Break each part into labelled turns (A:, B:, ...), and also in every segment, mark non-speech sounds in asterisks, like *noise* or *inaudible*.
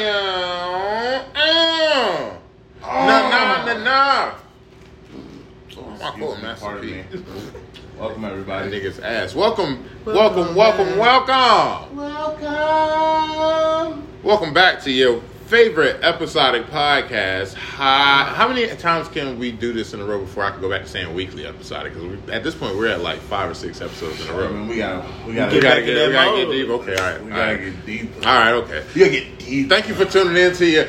A: Vampire. Ah. Nah, nah, nah, nah.
B: Oh,
A: my
B: excuse
A: God,
B: me,
A: Master
B: pardon
A: P. *laughs*
B: me. Welcome
A: That
B: everybody.
A: nigga's ass. Welcome, welcome, welcome, welcome.
B: Welcome.
A: Welcome back to your favorite episodic podcast. Hi. How many times can we do this in a row before I can go back to saying weekly episodic? Because at this point, we're at like five or six episodes in a
B: I
A: row.
B: mean, we got we got
A: We gotta
B: to
C: back in
A: get, we
C: that
A: gotta get
C: mode.
A: deep. Okay, all right,
B: we
A: all
B: gotta
A: right,
B: get deep.
A: all right, okay.
B: You gotta get deep.
A: Thank you for tuning in to your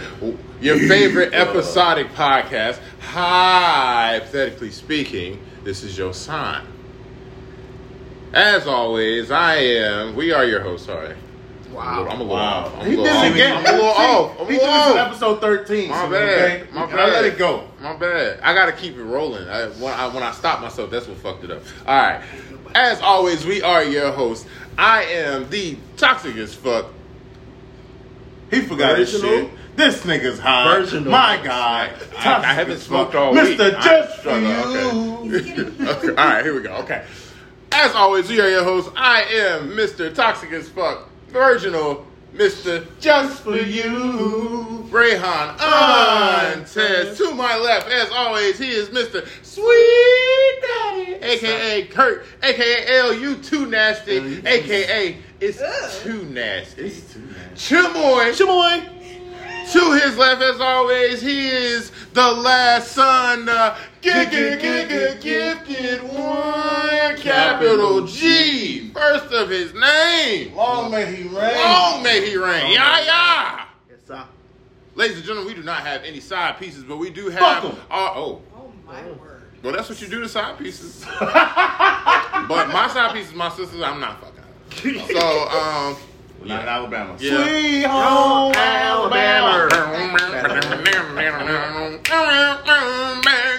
A: your favorite episodic podcast. Hypothetically speaking, this is your sign. As always, I am. We are your hosts. Sorry,
C: Wow.
A: I'm a little
B: Wow.
A: off. I'm a
B: He
A: little
B: did it
A: off.
B: again. *laughs*
A: I'm a little off. I'm
B: he
A: a little
B: did this in
A: off.
B: episode thirteen.
A: My
B: so,
A: bad.
B: okay?
A: My
B: And
A: bad.
B: I let it go.
A: My bad. I gotta keep it rolling. I, when I when I stop myself, that's what fucked it up. All right. As always, we are your hosts. I am the toxic as fuck
B: He forgot his
C: Virginal?
B: shit. This nigga's high.
C: Virginal.
B: My guy.
A: I, I haven't smoked all week.
B: Mr.
A: I-
B: Just for
A: okay.
B: you.
A: okay. All right, here we go. Okay. As always, we are your hosts. I am Mr. Toxic as fuck, Virginal, Mr.
B: Just for you.
A: Rayhan Ah, Antes. To my left, as always, he is Mr. Sweet Daddy, aka Kurt, aka L.U. Too Nasty,
B: L.U.
A: aka It's Too Nasty.
B: It's too much.
A: Chimoy. Chimoy. To his left, as always, he is the last son, the giga, giga, gifted one, capital G, first of his name.
B: Long may he reign.
A: Long may he reign. Yah, yah.
C: Yes, sir.
A: Ladies and gentlemen, we do not have any side pieces, but we do
B: Fuck
A: have
B: 'em.
A: our, oh,
D: Oh my word.
A: well, that's what you do to side pieces.
B: *laughs*
A: but my side pieces, my sisters, I'm not fucking. So, um,
B: We're Not in Alabama.
A: Yeah.
B: Sweet home
C: Alabama.
B: Alabama.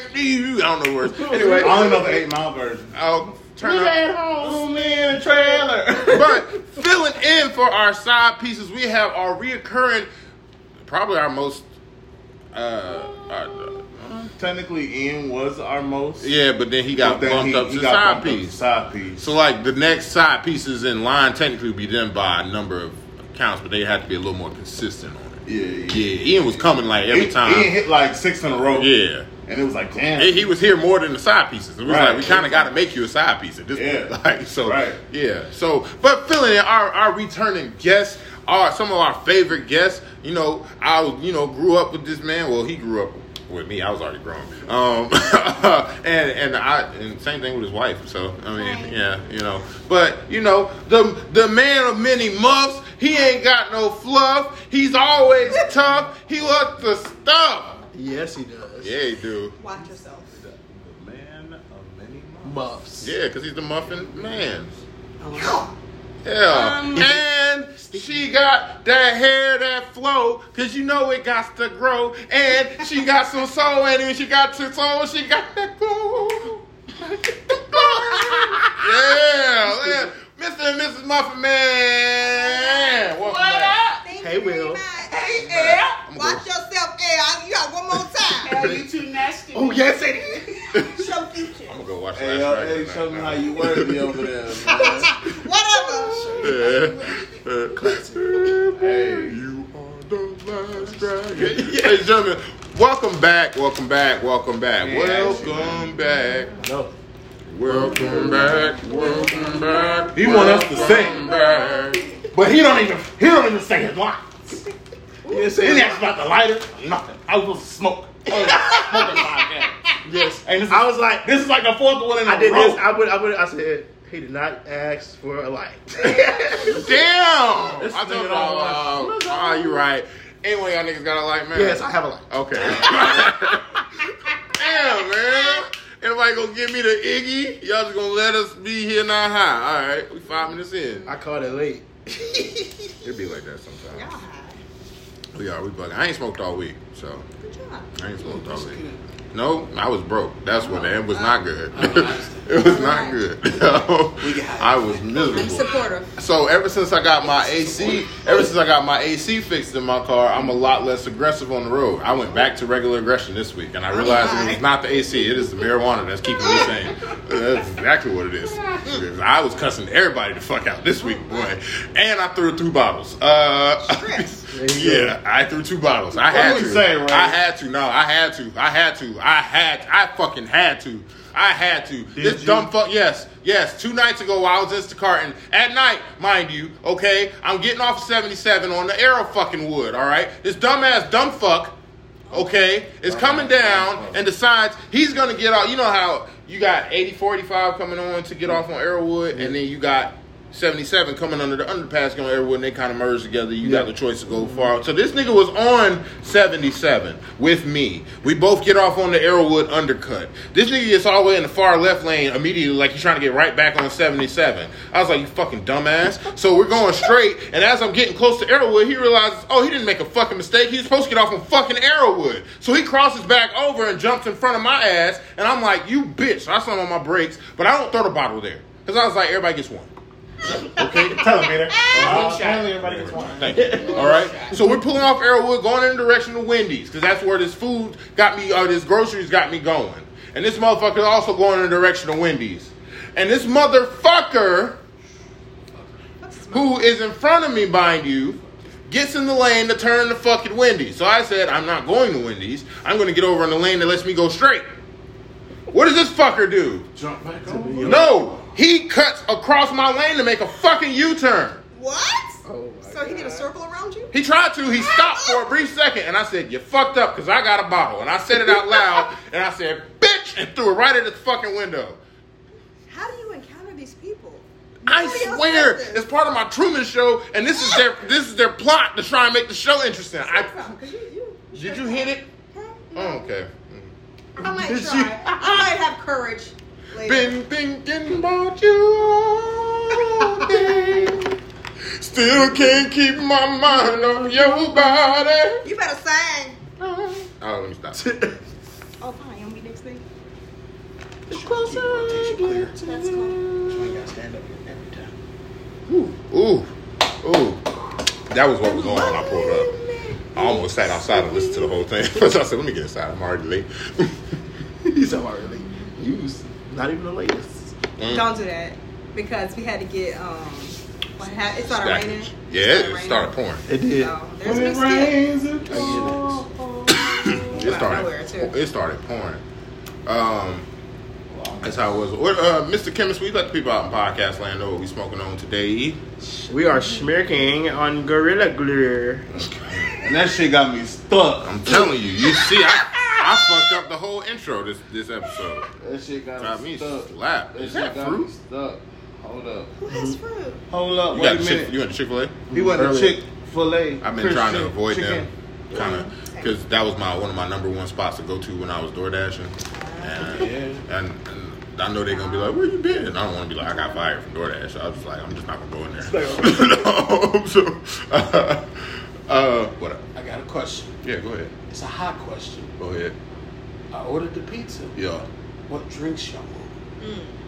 A: I don't know words. Anyway,
B: I only know the eight mile version.
A: I'll turn up.
B: home in a trailer.
A: But filling in for our side pieces, we have our reoccurring, probably our most. Uh, our,
B: Technically, Ian was our most.
A: yeah, but then he got
B: But then
A: bumped
B: he-
A: up
B: he
A: to
B: got
A: side
B: bumped up to
A: piece.
B: Side piece.
A: So like the next side pieces in line technically would be done by a number of counts, but they have to be a little more consistent on it.
B: yeah, yeah.
A: Yeah, Ian was coming like every
B: He- Ian
A: time.
B: hit like six in a row.
A: Yeah.
B: And it was like, damn.
A: And he was here more than the side pieces. It was
B: Right.
A: like we kind of got to make you a side piece at this
B: Yeah.
A: point. *laughs* Like so,
B: Right.
A: yeah. So, but filling in our our returning guests are some of our favorite guests. You know, I was- you know grew up with this man. Well, he grew up with me. I was already grown. Um, *laughs* and and I and same thing with his wife. So I mean,
D: Right.
A: yeah, you know. But you know, the the man of many muffs. He ain't got no fluff. He's always *laughs* tough. He loves the stuff.
C: Yes, he does.
A: Yeah, he do.
D: Watch yourself.
B: the the man of many mouths.
C: Muffs.
A: Yeah, because he's the muffin man.
D: Oh,
A: Yeah.
D: Um,
A: and she got that hair that flow, cause you know it got to grow. And she got some soul in it. She got some soul. She got that glow. yeah, yeah. Mr. and Mrs. Muffin Man. Welcome back.
D: Thank
C: Hey,
D: you very
C: Will.
D: much.
E: Hey, Al.
A: I'm
D: Watch
A: gonna-
D: yourself, Al. You got one more time.
E: Al, you too nasty.
C: Oh, yes, it is.
D: *laughs* Show future.
A: I'm gonna go watch
B: Hey,
A: Last
B: yo,
A: Dragon
B: hey,
A: tonight.
B: show me how you worthy over there, man.
D: Whatever.
A: Hey, you are the last dragon. Ladies and gentlemen, welcome back, welcome back, welcome back,
B: Yeah,
A: welcome back,
C: No.
A: welcome back, welcome back.
B: He want us to
A: welcome
B: sing.
A: back.
B: But he don't even he don't even say his lines.
C: Yes,
B: He
C: it
B: didn't
C: is.
B: ask about the lighter, nothing. I was supposed to Oh, smoke. I was smoking podcast.
C: Yes.
B: And this is,
C: I was like,
B: this is like the fourth one in a
C: I did
B: row.
C: this. I would. I would. I said, he did not ask for a light.
A: Damn!
B: This
A: I
B: nigga
A: told you,
B: don't want-
A: oh, you right. Anyway, y'all niggas got a like, man.
C: *laughs* yes, I have a light.
A: Okay. Damn, man. Anybody gonna give me the Iggy? Y'all just gonna let us be here not high. All right, we five minutes in.
C: I called it late.
A: It be like that sometimes.
D: Y'all high.
A: We are. We bugging. I ain't smoked all week, so
D: Good job.
A: I ain't smoked all week. No, I was broke. That's what. It was not good. *laughs* it was not good. *laughs* I was
D: I'm
A: miserable.
D: supportive.
A: So ever since I got my AC, ever since I got my AC fixed in my car, I'm a lot less aggressive on the road. I went back to regular aggression this week, and I realized it was not the AC. It is the marijuana that's keeping me sane. That's exactly what it is. Because I was cussing everybody to fuck out this week, boy, and I threw two bottles. Uh,
D: Chris.
C: There you
A: *laughs*
C: go.
A: Yeah, I threw two bottles. I
B: What
A: had
B: you
A: to.
B: say, Ray?
A: I had to. No, I had to. I had to. I had. I fucking had to. I had to. this
C: you?
A: dumb fuck. Yes, yes. Two nights ago, I was Instacarting at night, mind you. Okay, I'm getting off 77 on the arrow fucking wood. All right, this dumbass dumb fuck. Okay, is coming down and decides he's gonna get off. You know how you got 80 45 coming on to get off on Arrowwood, and then you got 77 coming under the underpass going Arrowwood, and they kind of merge together. You got
C: Yeah.
A: the choice to go far. So this nigga was on 77 with me. We both get off on the Arrowwood undercut. This nigga gets all the way in the far left lane immediately, like he's trying to get right back on 77. I was like, you fucking dumbass. So we're going straight, and as I'm getting close to Arrowwood, he realizes, oh, he didn't make a fucking mistake. He was supposed to get off on fucking Arrowwood. So he crosses back over and jumps in front of my ass, and I'm like, you bitch. So I slam on my brakes, but I don't throw the bottle there. Because I was like, everybody gets one.
B: Tell *laughs* him, Peter.
E: One
B: Uh,
E: shot.
B: apparently everybody gets one.
A: Thank you. All right. So we're pulling off Arrowwood, going in the direction of Wendy's, because that's where this food got me, or this groceries got me going. And this motherfucker is also going in the direction of Wendy's. And this motherfucker, who is in front of me, mind you, gets in the lane to turn to fucking Wendy's. So I said, I'm not going to Wendy's. I'm going to get over in the lane that lets me go straight. What does this fucker do?
B: Jump back
C: over.
A: No, he cuts across my lane to make a fucking U-turn.
D: What?
C: Oh my
D: so he did a circle around you?
A: He tried to. He stopped for a brief second, and I said, "You fucked up," because I got a bottle, and I said it out loud, and I said, "Bitch," and threw it right at his fucking window.
D: How do you encounter these people?
A: I
D: Nobody else
A: swear,
D: does
A: it's
D: this.
A: part of my Truman Show, and this is their this is their plot to try and make the show interesting. I,
D: Because you, you, Uh,
A: did you hit it? Oh, okay.
D: I might
A: Did
D: try.
A: you-
D: I might have courage later.
A: Been thinking about you all day. Still can't keep my mind off your body.
D: You better sing.
A: Oh, let me stop.
C: God.
D: Oh, fine. You want me next thing?
E: That's cool.
B: You gotta stand up every time.
A: Ooh, ooh. That was what was going on. when I pulled up. I almost sat outside and listened to the whole thing. *laughs* First, I said, "Let me get inside. I'm already late."
C: *laughs* He's already used. Not even the latest.
D: Don't do that because we had to get um. What happened? It started
A: That-
D: raining.
A: *laughs* yeah, it started pouring.
C: It did.
D: So Oh,
B: When
D: there's a big
B: it rains,
D: skip.
B: it
C: I
A: *coughs* It
D: Out of nowhere,
A: started.
D: too.
A: It started pouring. Um, that's how it was. What, uh, Mr. Chemist, we let the people out in podcast land know what we smoking on today.
C: We are smirking on Gorilla Glue.
B: And that shit got me stuck.
A: I'm telling you, you see, I, I fucked up the whole intro this this episode.
B: That shit got,
A: Got
B: me
A: me
B: stuck.
A: slapped.
B: That
A: Is
B: shit
A: that
B: got
A: fruit?
B: me stuck. Hold up.
D: Who has fruit?
B: Hold up.
A: You
B: wait
A: got
B: a minute.
A: Chick? You went to Chick Fil A?
B: he went to
C: Earlier.
B: Chick Fil A.
A: I've been trying to avoid them, kind of, because that was my one of my number one spots to go to when I was door dashing, and, and, and I know they're gonna be like, "Where you been?" And I don't want to be like, "I got fired from DoorDash." So I was just like, "I'm just not gonna go in *laughs* there." no, so, uh, uh, what? up?
B: I got a question.
A: Yeah, go ahead.
B: It's a hot question.
A: Go ahead.
B: I ordered the pizza.
A: Yeah.
B: What drinks y'all want?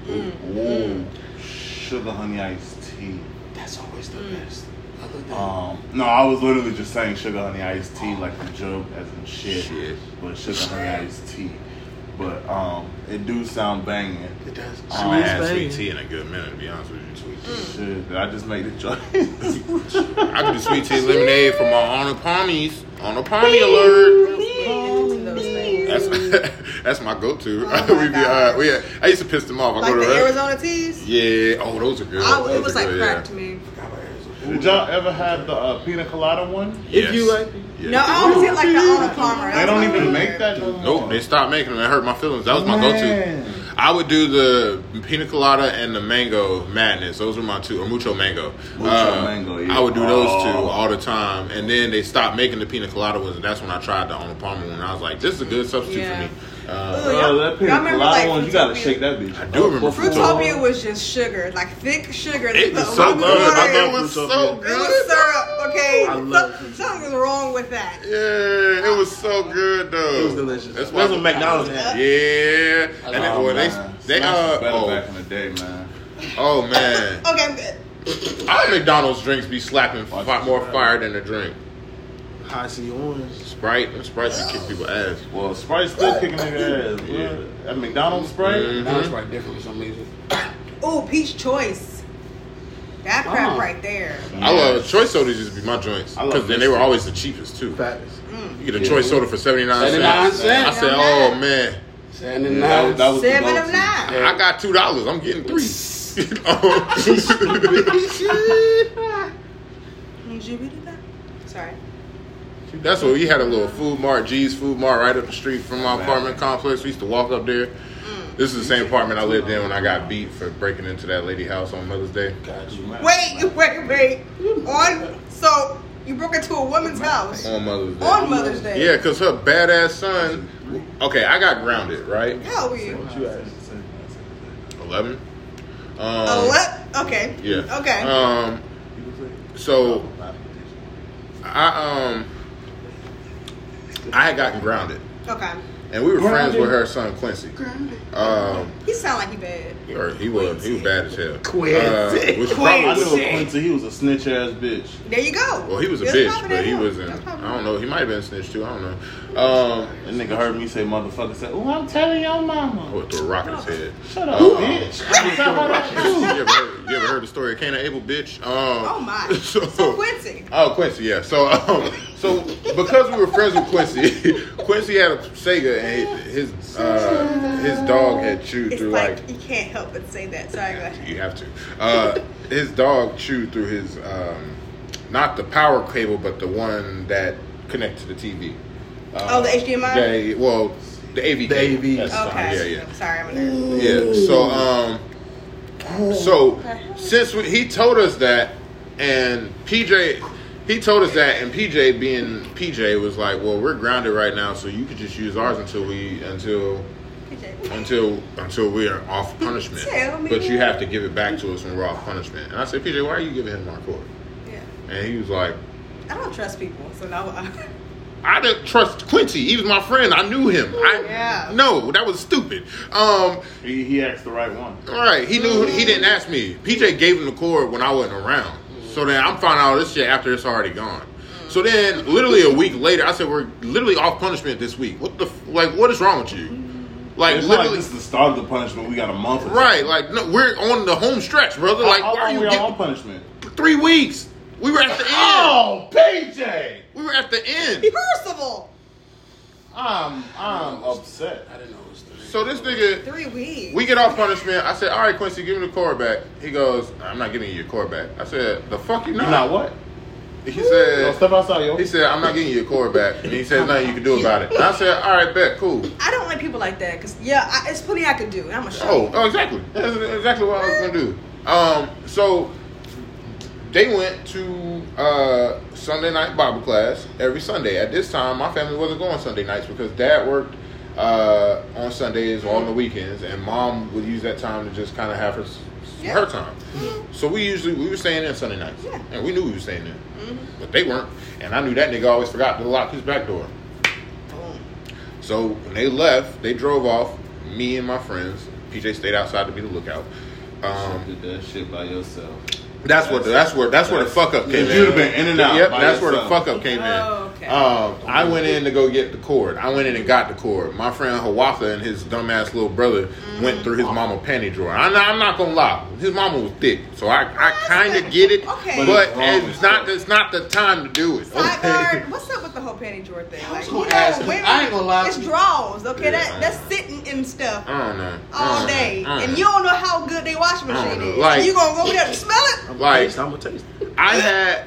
D: Mm,
F: Ooh, sugar honey iced tea.
B: That's always the best. Other than
F: Um, no, I was literally just saying sugar honey iced tea like a joke, as in shit,
A: Shit.
F: but sugar honey iced tea. But um, it do sound banging.
B: it does.
F: um,
A: I haven't had
C: banging.
A: sweet tea in a good minute. To be honest with you, sweet tea.
F: Shit, I just made the
A: *laughs*
F: choice.
D: Mm.
A: I could do sweet
D: *laughs*
A: tea lemonade for my honor palmies. Honor palmy alert.
D: Into those things.
A: That's that's my *laughs* go-to. *laughs*
D: Oh my
A: we be, uh,
D: God.
A: we, I used to piss them off. I
D: Like
A: go to
D: the
A: a-
D: Arizona teas.
A: Yeah. Oh, those are good.
D: I,
A: Those
D: it was
A: are
D: like
A: good,
D: crack to me.
F: Did y'all ever have the uh, pina colada one?
A: Yeah. Yes.
C: If you like,
A: Yeah.
D: No, I always get like the Arnold Palmer.
F: They don't even make that no more.
A: Nope, they stopped making them. It hurt my feelings. That was my
F: Man.
A: go-to. I would do the pina colada and the mango madness. Those were my two, or mucho mango. Uh,
F: Mucho mango, yeah.
A: I would do those two
F: Oh.
A: all the time. And then they stopped making the pina colada ones, and that's when I tried the on palmer one. I was like, this is a good substitute
D: Yeah.
A: for me. Uh,
D: Ooh,
F: Oh, that pina
D: y'all remember,
F: colada
D: like,
F: one, you gotta
D: Fruitopia?
F: shake that bitch.
A: I do remember Fruitopia.
D: Fruitopia was just sugar, like thick sugar. They
A: it was *laughs*
D: put
A: so
D: lemon
A: good.
D: water
A: I
D: in
A: thought
D: it.
A: it was so
D: It
A: good.
D: was syrup, okay?
C: I love
D: So- Something's wrong with that.
A: Yeah, it was so good though.
C: it was delicious.
A: That's
C: That's
A: why.
C: what McDonald's had.
A: Yeah, and then,
F: Oh,
A: boy, they
F: man.
A: they
F: Snacks was
A: uh
F: better back
A: oh,
F: in the day, man.
A: oh man.
D: Okay, I'm good.
A: All McDonald's drinks be slapping
F: Watch
A: fi-
F: this,
A: more
F: man.
A: fire than a drink.
C: High C orange.
A: Sprite, and Sprite be kicking people ass.
F: Well, Sprite's still kicking nigga ass.
A: Yeah.
F: Yeah. That McDonald's Sprite.
A: Mhm.
B: Now it's right different for some reason.
D: Ooh, peach choice. That crap
B: Wow.
D: right there.
A: I love choice sodas used to be my joints
F: I love
A: because then they
F: this
A: were
F: too.
A: always the cheapest too.
C: Facts.
A: You get a choice soda for seventy nine
B: 79
A: cents. I
B: cents.
A: said, oh man,
B: Shannon
F: Yeah, that was- that
B: Knox.
F: was the
D: Seven of
F: go-to.
A: I
D: nine.
A: got two dollars. I'm getting three. *laughs*
F: *laughs*
D: Sorry.
A: That's what we had a little food mart, G's Food Mart, right up the street from my apartment complex. We used to walk up there.
F: Mm.
A: This is the same apartment I lived in when I got beat for breaking into that lady house on Mother's Day.
F: Got you.
D: Wait, *laughs* wait, wait. On so you broke into a woman's house
A: On Mother's Day.
D: on Mother's Day.
A: Yeah, because her badass son. Okay, I got grounded, right?
D: Hell yeah.
C: What you ask?
A: 11. Um,
D: A le- okay.
A: Yeah.
D: Okay.
A: Um, so I um I had gotten grounded,
D: okay.
A: and we were friends
B: Grounded.
A: with her son Quincy. Um,
D: He sound like he bad.
A: or he was he was bad as hell.
C: Quincy.
A: Uh, which
F: I
A: probably
F: knew
A: was-
F: a Quincy. He was a snitch ass bitch.
D: There you go.
A: well, he was a
D: That's
A: bitch,
D: probably
A: but he
D: him.
A: wasn't.
D: That's probably
A: I don't know. He might have been snitched too. I don't know. Um,
F: That nigga heard me say motherfucker. Said, "Oh, I'm telling your
A: I
F: mama."
A: would throw a rock in his head.
F: Shut up,
A: Um,
F: bitch. I'm telling her that
A: you,
F: too.
A: ever heard, you ever heard the story of Cain and Abel, bitch? Um,
D: Oh my.
A: *laughs* So,
D: So Quincy.
A: Oh, Quincy, yeah. So, um, so because we were friends with Quincy, *laughs* Quincy had a Sega and his uh, his dog had chewed
D: It's
A: through
D: like,
A: like,
D: you can't help but say that. Sorry, go ahead.
A: you have to. Uh, his dog chewed through his um, not the power cable, but the one that connects to the TV. Uh,
D: Oh, the HDMI?
A: Yeah, well, the AV.
C: The
A: cable.
C: AV.
A: That's the-
D: Okay.
A: Yeah, yeah.
D: Sorry, I'm a nerd.
A: Yeah. So um, so since we, he told us that, and PJ, he told us that, and PJ being PJ was like, well, we're grounded right now, so you could just use ours until we until
D: PJ.
A: until until we are off punishment.
D: Tell me.
A: But you have to give it back to us when we're off punishment. And I said, PJ, why are you giving him my cord?
D: Yeah.
A: And he was like.
D: I don't trust people, so no. I- *laughs*
A: I didn't trust Quincy. He was my friend. I knew him. I
D: Yeah.
A: no, that was stupid. Um,
F: He, he asked the right one.
A: All right, he knew he didn't ask me. PJ gave him the cord when I wasn't around. So then I'm finding out this shit after it's already gone. So then, literally a week later, I said we're literally off punishment this week. What the f- like? What is wrong with you? Like
F: It's not like
A: literally,
F: this is the start of the punishment. We got a month. Or
A: right? Like no, we're on the home stretch, brother. Like
F: How
A: why are
F: long
A: you
F: we all on
A: getting
F: punishment?
A: three weeks? We were at the end.
F: Oh, PJ.
A: We were at the end.
D: Percival!
F: I'm I'm upset.
B: I didn't know it was three.
A: So this nigga,
D: Three weeks.
A: We get off punishment. I said, all right, Quincy, give me the cord back. He goes, I'm not giving you your cord back. I said, the fuck you
F: You
A: not?
F: not what?
A: He
F: Yo,
A: said,
F: step outside, yo.
A: he said, I'm not getting your cord back. And he said, nothing you can do about it. And I said, all right, bet, cool.
D: I don't like people like that because, yeah, I, it's plenty I could do, and I'm a show.
A: Oh, oh, exactly. That's exactly what I was gonna do. Um, so they went to uh, Sunday night Bible class every Sunday. At this time, my family wasn't going Sunday nights because Dad worked uh, on Sundays or on the weekends, and Mom would use that time to just kind of have her s-
D: Yeah. Mm-hmm.
A: her time. So we usually we were staying in Sunday nights,
D: Yeah. Mm-hmm.
A: and we knew we were staying in, but they weren't. And I knew that nigga always forgot to lock his back door.
D: Boom.
A: So when they left, they drove off. Me and my friends, PJ stayed outside to be the lookout. Um,
F: did that shit
A: *laughs*
F: by yourself.
A: that's what the, that's where that's where the fuck up came.
F: Yeah,
A: in.
F: you'd have been in and out
A: Yep,
F: by
A: that's where the
F: yourself.
A: fuck up came in.
D: Oh, okay.
A: Um, I went in to go get the cord. I went in and got the cord. My friend Hawatha and his dumbass little brother went through his mama panty drawer. I'm not, I'm not gonna lie, his mama was thick, so I, I kind of get it,
D: Okay.
A: but
F: But it's wrong
A: it's
F: as
A: not
F: fuck.
A: it's not the time to do it.
D: Sidebar, what's up with the whole panty Jordan thing?
B: I was
D: Like,
B: gonna
D: you know,
B: ask, 'cause
D: women-
B: I ain't gonna lie
D: It's
B: to you.
D: draws, okay?
A: Yeah.
D: That That's sitting in stuff
A: *laughs* I don't know. I
D: all
A: don't know. I
D: day.
A: don't
D: And
A: know.
D: you don't know how good they washing
A: uh. I don't
D: machine
A: know.
D: is.
A: Like-
D: and you gonna go over there and smell it?
C: I'm
A: Like-
C: like, I'm gonna taste it.
A: I had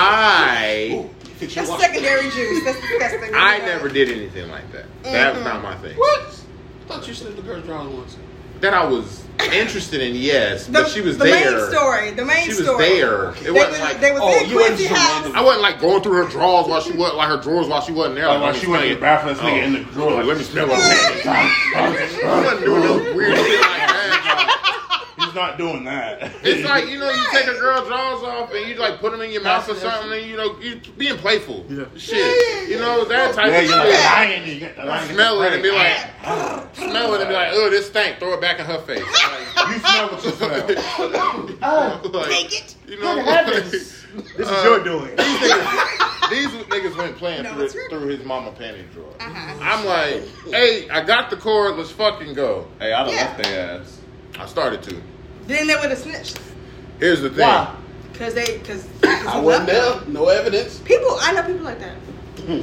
A: I.
B: Ooh, fix your
D: That's
B: watch.
D: secondary juice. That's disgusting.
A: *laughs* I never did anything like that. That was not my thing.
B: What? thought you said the girls drowned once.
A: That I was interested in, yes,
D: *laughs* The,
A: but she was
D: the
A: there.
D: main story. The main
A: She was
D: story.
A: there. It
D: They
A: wasn't
D: was,
A: like
D: they was
B: oh,
D: in
B: you wasn't
D: Quincy
B: just
D: house.
B: random.
A: I wasn't like going through her drawers while she was like her drawers while she wasn't there.
F: Like, Oh, while she went in the bathroom, this nigga in the drawer, like,
A: oh, let me smell
F: *laughs*
A: my pants. She wasn't doing no weird shit like that.
F: *laughs* He's not doing that.
A: It's like you know, you take a girl's drawers off and you like put them in your mouth or something, and you know, you being playful.
C: Yeah.
A: Shit, you know that type
F: yeah,
A: of
F: you're
A: shit.
F: like lying. You got the lying.
A: smell it and be like, smell it and be like, oh, this stank. Throw it back in her face. Like,
F: you smell what you smell.
D: *laughs*
A: like,
D: Uh, Take it.
A: You know,
C: This
A: Uh,
C: is your doing.
A: these niggas went playing
D: No,
A: through,
D: it's
A: his,
D: your-
A: through his mama panty drawer.
D: Uh-huh.
A: I'm like, hey, I got the cord. Let's fucking go.
F: Hey, I done
D: Yeah.
F: left their ass.
A: I started to.
D: Then they would have snitched.
A: Here's the thing.
B: Why?
D: Cause they,
C: *coughs*
D: cause,
C: I wasn't there. No evidence.
D: People, I know people like that.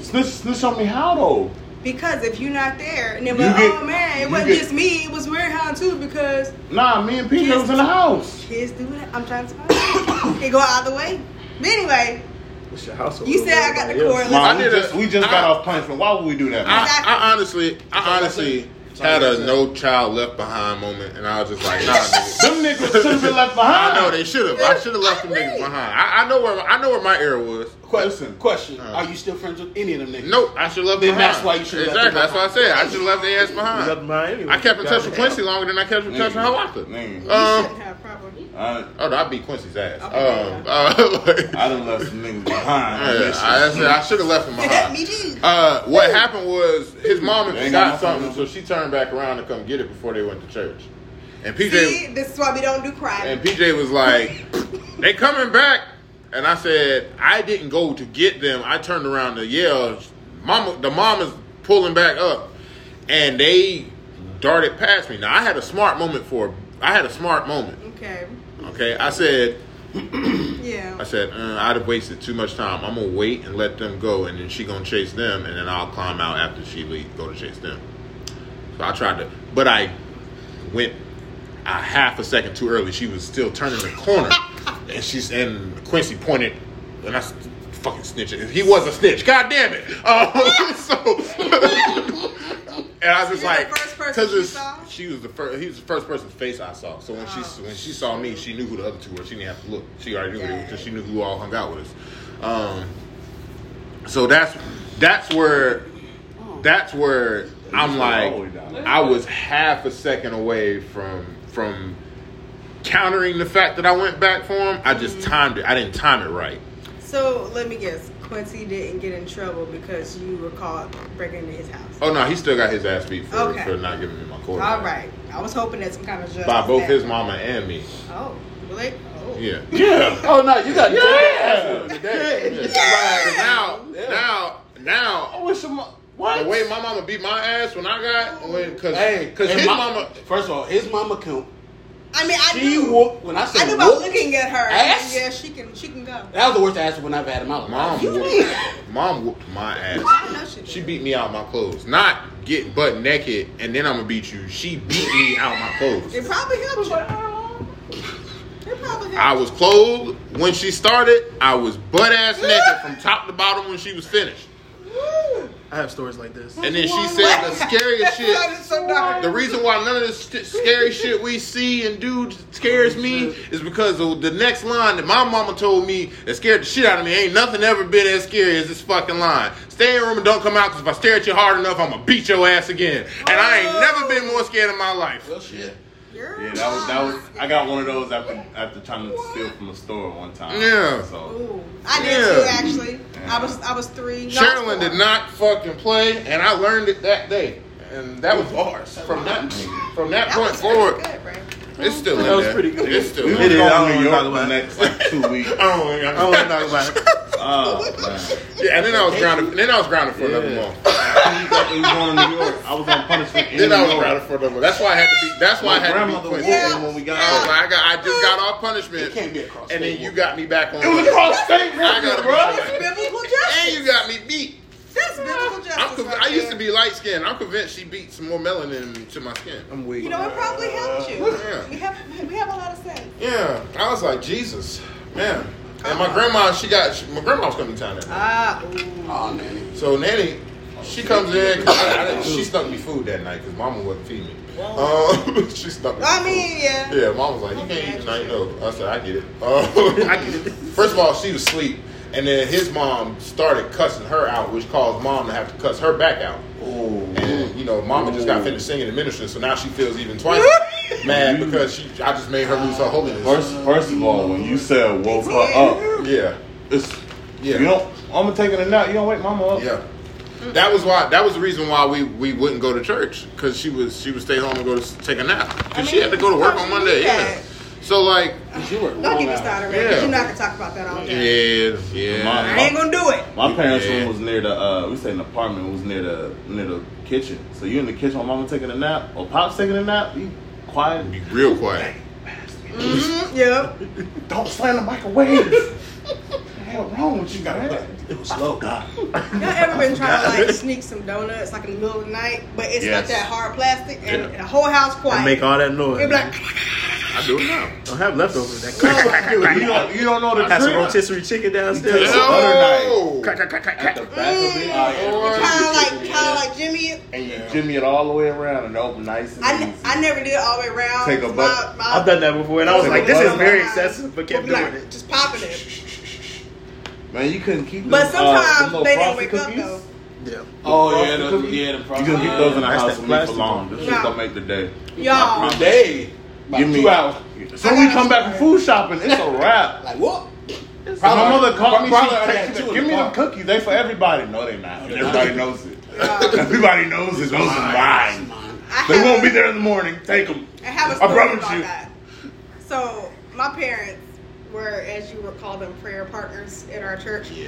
F: Snitch, snitch on me how though?
D: Because if you're not there, and then,
F: You
D: but,
F: get-
D: oh man,
F: you
D: it wasn't
F: get-
D: just me. It was Wareham too because
F: Nah, me and Pete was in the house.
D: kids do that. I'm trying to find it. it go either way. But anyway,
C: What's your household?
D: You said I got the
C: Everybody else.
D: Nah,
A: I
F: Mom, we
A: did
F: just,
A: a-
F: we just got
A: I-
F: off punishment. Why would we do that? man?
D: Exactly.
A: I, I honestly, I honestly
C: all
A: had
C: I
A: a
C: said.
A: no child left behind moment, and I was just like, nah, nigga. *laughs*
F: Them niggas should have been left
A: I
F: *laughs* behind.
A: know they should have. I should have left them
D: I
A: niggas
D: agree.
A: behind. I, I know where I know where my era was.
C: Que-
F: Listen.
C: question:
A: Uh.
C: Are you still friends with any of them niggas?
A: Nope, I should have left
C: Then
A: them behind.
C: that's why you should've left
A: Exactly.
C: them
A: That's why I said I should have left their ass
C: You left
A: behind.
C: mine anyway.
A: I kept in
C: Got
A: touch
C: it.
A: with Quincy longer than I kept in touch with Hiawatha.
F: Man,
D: you
A: Um,
D: shouldn't have *laughs* probably.
F: I,
A: oh, no, I beat Quincy's ass.
D: Okay,
A: Um, uh, *laughs* like-
F: I done left some niggas behind. I
A: Yeah,
F: guess.
A: I, said I should have left him
D: *laughs* Me
A: behind.
D: too.
A: Uh, what happened was his mom
F: They ain't
A: got
F: got no
A: something, so she turned back around to come get it before they went to church. And PJ,
D: See, this is why we don't do crime.
A: And PJ was like, "They coming back," and I said, "I didn't go to get them. I turned around to yell. Mama, the mom is pulling back up, and they darted past me. Now I had a smart moment for. I had a smart moment.
D: okay.
A: Okay, I said,
D: Yeah.
A: I said, uh, I'd have wasted too much time. I'm gonna wait and let them go, and then she gonna chase them, and then I'll climb out after she leave, go to chase them. So I tried to, but I went a half a second too early. She was still turning the
D: *laughs*
A: corner, and she's and Quincy pointed, and I s- fucking snitching. He was a snitch. God damn it! *laughs* Um, so. *laughs* And I was just
D: You're the
A: like,
D: first person
A: because
D: she
A: it's-
D: saw?
A: she was the first. He was the first person's face I saw. So when she
D: Oh.
A: when she saw me, she knew who the other two were. She didn't have to look. She already knew who they were because she knew who all hung out with us. Um, so that's that's where that's where I'm
F: Oh,
A: like
F: nah.
A: I was half a second away from from countering the fact that I went back for him. I
D: Mm-hmm.
A: just timed it. I didn't time it right.
D: So let me guess. Quincy didn't get in trouble because you were caught breaking into his house.
A: Oh no, he still got his ass beat for,
D: Okay.
A: for not giving me my quarter.
D: All right. I was hoping that some kind of judge.
A: Oh. By
D: was
A: both
D: there.
A: his mama and me.
D: Oh, really? Oh.
A: Yeah.
D: *laughs*
F: Yeah.
C: Oh no, you got
F: Yeah.
C: Today.
A: But now,
C: Yeah.
A: now,
F: I
A: now,
F: wish some. What?
A: the way my mama beat my ass when I got, when, cause,
C: Hey,
A: cause
C: and
A: his
C: my-
A: mama,
C: First of all, his mama count.
D: I mean, I
C: She
D: knew.
C: whooped when I
D: I
C: said
D: knew about
C: whoop.
D: looking at her.
C: Ass?
D: Yeah, she can. She can go.
C: That was the worst ass when I've had in my life.
A: mom whooped, mom whooped my ass.
D: I know she.
A: She
D: did.
A: beat me out my clothes, not get butt naked and then I'm gonna beat you. She beat me out my
D: It
A: clothes.
D: probably helped you. It probably helped.
A: I was clothed when she started. I was butt ass naked from top to bottom when she was finished.
C: I have stories like this.
A: And then she said the scariest shit.
D: That is so dark.
A: The reason why none of this st- scary shit we see and do scares me is because of the next line that my mama told me that scared the shit out of me. Ain't nothing ever been as scary as this fucking line. Stay in your room and don't come out because if I stare at you hard enough, I'm gonna beat your ass again. And I ain't never been more scared in my life.
C: Well, shit.
D: Your
F: Yeah, that was that was.
D: mom
F: I got one of those after after trying to steal from the store one time.
A: Yeah.
F: So
D: Ooh, I did
A: Yeah.
D: too. Actually, I was I was three. No, I was
A: Sherilyn
D: four.
A: did not fucking play, and I learned it that day. And that was ours. From that from that
D: That
A: point
D: was pretty
A: forward,
D: good, right?
A: it's still in
C: That was
A: there.
C: pretty good.
A: It's still
F: we
A: in
F: were
A: there.
F: going
C: is. I don't
F: to New
C: wanna talk
F: York
C: about
F: the
C: it.
F: next like two weeks.
A: *laughs* Oh, my
C: I
A: God.
C: don't want to talk about it.
F: Oh man.
A: Yeah, and then I was grounded. Then I was grounded for another
C: Yeah.
A: month.
F: we was going to New York. I was on punishment in
A: Then
F: New
A: I was
F: York.
A: grounded for another. That's why I had to be. That's why
F: My
A: I had to be
F: grandmother was
A: Quincy.
D: Yeah.
F: there when we got
A: I, was
F: out.
A: like, I got. I just got off
C: It
A: punishment,
C: can't be across.
A: and then you got me back on.
F: It was across state
A: I
F: borders,
A: gotta be
F: bro.
A: somebody.
D: That's biblical
A: And
D: justice.
A: you got me beat.
D: That's biblical justice.
A: I'm conv-
D: right
A: I used
D: there.
A: to be light skinned. I'm convinced she beat some more melanin to my skin.
C: *laughs* I'm waiting.
D: You know, it probably helped you.
A: Yeah.
D: We have we have a lot of sense.
A: Yeah, I was like Jesus, man. And my grandma, she got. She, my grandma was coming to town that night.
D: Ah,
C: oh, nanny.
A: So nanny, she comes in. 'cause I, I didn't, she snuck me food that night because mama wasn't feeding me. Um, *laughs* she snuck. Me
D: I
A: food.
D: mean, yeah.
A: Yeah, mom was like, you can't eat tonight, no. I said, I get it. Um,
C: I *laughs* get it.
A: First of all, she was asleep, and then his mom started cussing her out, which caused mom to have to cuss her back out. And you know, mama just got finished singing and ministering, so now she feels even
F: *laughs*
A: twice mad because she I just made her lose her holiness.
F: First, first of all, when you said woke
C: Oh,
F: her up,
A: Yeah,
F: it's
A: Yeah.
F: You don't. I'm taking a nap. You don't wake mama up.
A: yeah. That was why. That was the reason why we, we wouldn't go to church because she was she would stay home and go to s- take a nap because she had to go to work on Monday. Yeah.
D: Yeah.
A: So like,
C: You were
D: Don't
C: wrong
D: get me
C: out.
D: started, man.
A: Yeah.
D: You're not gonna talk about that all day.
A: yeah,
D: I
A: yeah.
D: ain't gonna do it.
F: My parents'
A: Yeah.
F: room was near the. Uh, we stayed in an apartment. It was near the near the kitchen. So you in the kitchen, while mama taking a nap or pops taking a nap. You quiet.
A: Be real quiet.
C: Mm-hmm.
D: Mhm, Yep.
F: Don't slam the *laughs* microwave. what the hell wrong with you, man?
C: It was slow, God.
D: Y'all ever been trying to like sneak some donuts like in the middle of the night, but it's
A: Yes.
D: like that hard plastic and
A: Yeah.
D: the whole house quiet.
C: And make all that noise.
D: It'd be like, *laughs*
A: I do it now.
C: don't have leftovers. That crack, *laughs* crack,
F: You
C: crack, crack.
F: don't, you don't know the
C: Have some
F: trick.
C: rotisserie chicken downstairs.
F: Yeah.
A: No.
C: Crack, crack, crack, crack,
F: At
C: crack.
F: the back of it,
A: Or-
D: kind of like, kind of like Jimmy.
F: and you jimmy it all the way around and open nice and
D: I,
F: easy.
D: ne- I never did it all the way around.
F: Take a
D: My-
F: buck.
D: my-
C: I've done that before, and I was
F: Take
C: like,
F: a
C: "This
F: bite.
C: is very excessive," but kept
D: We'll be
C: doing
D: like,
C: it.
D: Just popping it.
F: Man, you couldn't keep.
D: But
F: them, uh, them
D: sometimes
F: little
D: they didn't
F: frosted
D: wake up
F: cookies.
D: though.
C: Yeah.
B: Oh,
F: yeah,
B: yeah,
F: the-
B: the, yeah, the
F: You can keep those in the house
C: That's that
F: with me for
C: plastic
F: long.
C: one.
F: This shit
D: Yeah.
F: don't make the day.
D: Y'all,
B: Today, about
F: Give me
B: two hours.
F: So when we come back from food shopping, it's a
G: *laughs*
F: wrap.
B: Like what?
F: my mother called me. She
B: Probably already
F: texted
B: had two
F: me,
B: in
F: Give
B: the
F: me
B: car."
F: them cookies. They for everybody. No, they not.
B: they're
F: everybody
B: not.
F: knows it.
D: y'all.
F: Everybody knows it. Those are mine.
D: uh, I
F: They
D: have-
F: won't be there in the morning. Take them.
D: I have a
F: I
D: story
F: promise
D: about
F: you.
D: that. So my parents were, as you would call them, prayer partners in our church.
B: Yeah.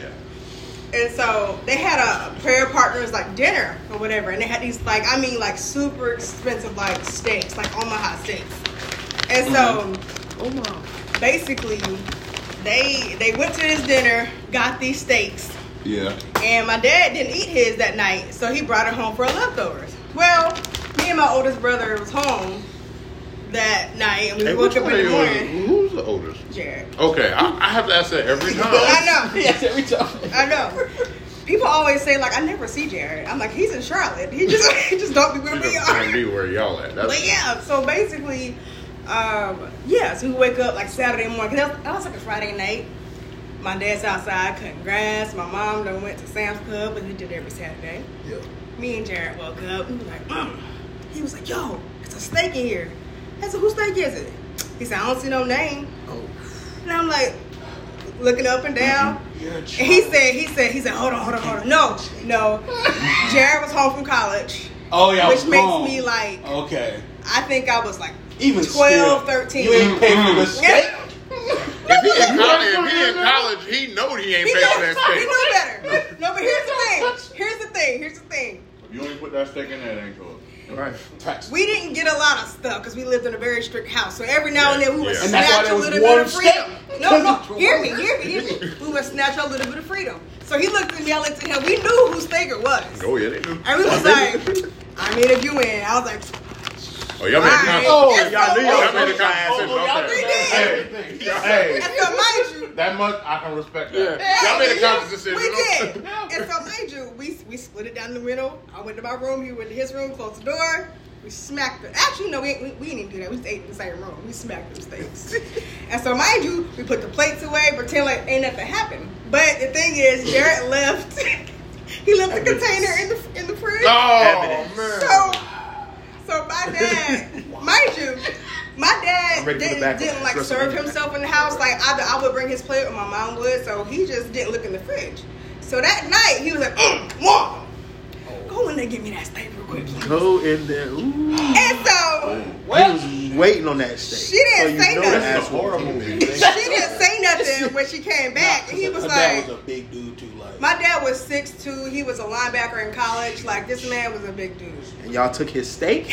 D: And so they had a prayer partners like dinner or whatever, and they had these like I mean like super expensive like steaks, like Omaha steaks. And so
F: Mm-hmm.
D: basically they they went to this dinner, got these steaks,
F: Yeah.
D: and my dad didn't eat his that night, so he brought it home for leftovers. Well, me and my oldest brother was home that night, and we
A: Hey,
D: woke
A: which
D: up
A: one
D: in
A: of
D: the
A: you is-
D: morning.
A: Who's the oldest?
D: Jared,
A: Okay, I, I have to ask that every time.
D: I know. *laughs*
B: Yes, every time.
D: I know. People always say like I never see Jared. I'm like he's in Charlotte. He just *laughs* he just don't be where
A: You
D: we
A: just can't
D: are.
A: be where y'all at. That's
D: But yeah, so basically, um, yeah, so we wake up like Saturday morning. 'Cause That was, that was like a Friday night. My dad's outside cutting grass. My mom done went to Sam's Club, as we did every Saturday.
C: Yeah.
D: Me and Jared woke up. We was like, mm. he was like, yo, it's a steak in here. I said, whose steak is it? He said, I don't see no name.
C: Oh.
D: And I'm like, looking up and down. And he said, he said, he said, hold on, hold on, hold on. No,
C: *laughs*
D: no. Jared was home from college,
B: Oh yeah, I
D: which
B: was
D: makes
B: wrong.
D: me like,
C: Oh,
B: Okay.
D: I think I was like
B: Even
D: 12,
B: still,
D: 13.
B: You
F: Mm-hmm.
B: ain't pay for the steak.
D: Yeah.
A: If he in college, if he in college, he know he ain't
D: He
A: paid
D: knew,
A: for
D: he
A: that
D: knew better. No, but here's the thing. Here's the thing. Here's the thing.
F: You only put that steak in there, ain't cool.
C: Right.
B: Tax.
D: We didn't get a lot of stuff because we lived in a very strict house. So every now and then we would
A: Yeah.
B: And that's why
D: snatch a
B: there was
D: little bit
B: one
D: of freedom.
B: step.
D: No,
B: *laughs*
D: no, hear me, hear me, hear me. We would snatch a little bit of freedom. So he looked at me, I looked at him. We knew who Steger was.
A: steak. Oh yeah, they do.
D: And we was like, I mean, if you win, I was like,
A: Oh y'all made a
D: alright.
A: contract.
F: Oh,
D: And
C: y'all
D: so-
C: knew y'all-
A: Y'all made a contract.
F: Oh, y'all
A: okay.
D: We did.
F: Hey,
D: And so mind you,
F: that much I can respect that.
A: Yeah. Y'all made a conscious decision.
D: We
A: okay? *laughs*
D: did. And so mind you, we we split it down the middle. I went to my room. He went to his room. Closed the door. We smacked it. Actually, no, we, ain't- we, we didn't do that. We just ate in the same room. We smacked those things. *laughs* and so, mind you, we put the plates away, pretend like ain't nothing happened. But the thing is, Jared left. *laughs* he left the container in the in the fridge.
A: Oh
C: Evidence.
A: man.
D: So,
C: *laughs*
D: so my dad, mind you, my dad
C: I'm ready for the
D: didn't,
C: backlash.
D: didn't like
C: Trust me.
D: serve himself in the house. Like either I would bring his plate or my mom would. So he just didn't look in the fridge. So that night he was like, mm, mom, go in there give me that steak real quick. please."
C: Go in there. Ooh.
D: And so
C: He was waiting on that steak.
D: She didn't
C: so you
D: say
C: know
D: nothing.
C: the
F: That's
C: ass
F: a
C: whooping
F: horrible
C: came in.
F: movie.
D: she didn't say nothing when she
C: *laughs*
D: came back. he was
B: her
D: like,
B: dad was a big dude too. Like,
D: my dad was six two. He was a linebacker in college. Like this man was a big dude.
C: And y'all took his steak.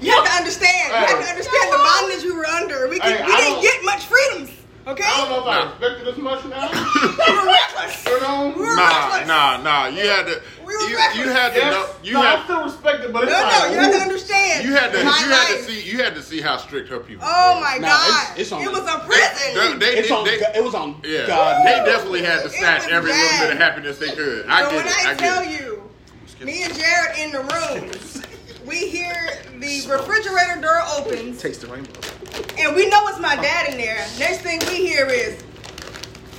D: You have to understand. You have to
F: Hey.
D: understand the bondage we were under. We, could,
F: Hey,
D: we
F: I
D: didn't
F: don't-
D: get much freedoms.
F: I don't
D: Okay?
F: know if I respected this much now.
D: We were reckless.
F: You know?
D: *laughs* We were
A: Nah,
D: reckless.
A: nah, nah. You had to.
D: We were
A: You, you
D: reckless.
A: had to know.
F: Yes.
A: You
F: no, I
A: had.
F: still respect it, but
D: No,
F: it's
D: no,
F: like,
D: you have to
F: ooh.
D: understand.
A: You had to. You
D: my
A: had to
D: life.
A: see. You had to see how strict her people.
D: Oh my
B: Nah,
D: God!
B: it's- it's on-
D: it was a
A: They,
D: prison.
A: they,
B: it's
A: they,
B: on.
A: they-
B: Go- it was on
A: yeah,
B: God.
A: *laughs* they definitely had to
D: It
A: snatch
D: was
A: every little
D: bad.
A: bit of happiness they could. I
D: so
A: get
D: when
A: it.
D: I,
A: I,
D: tell
A: get it.
D: you, me and Jared in the room, we hear the refrigerator door opens,
C: Taste the rainbow.
D: and we know it's my dad in there. Next thing we hear is,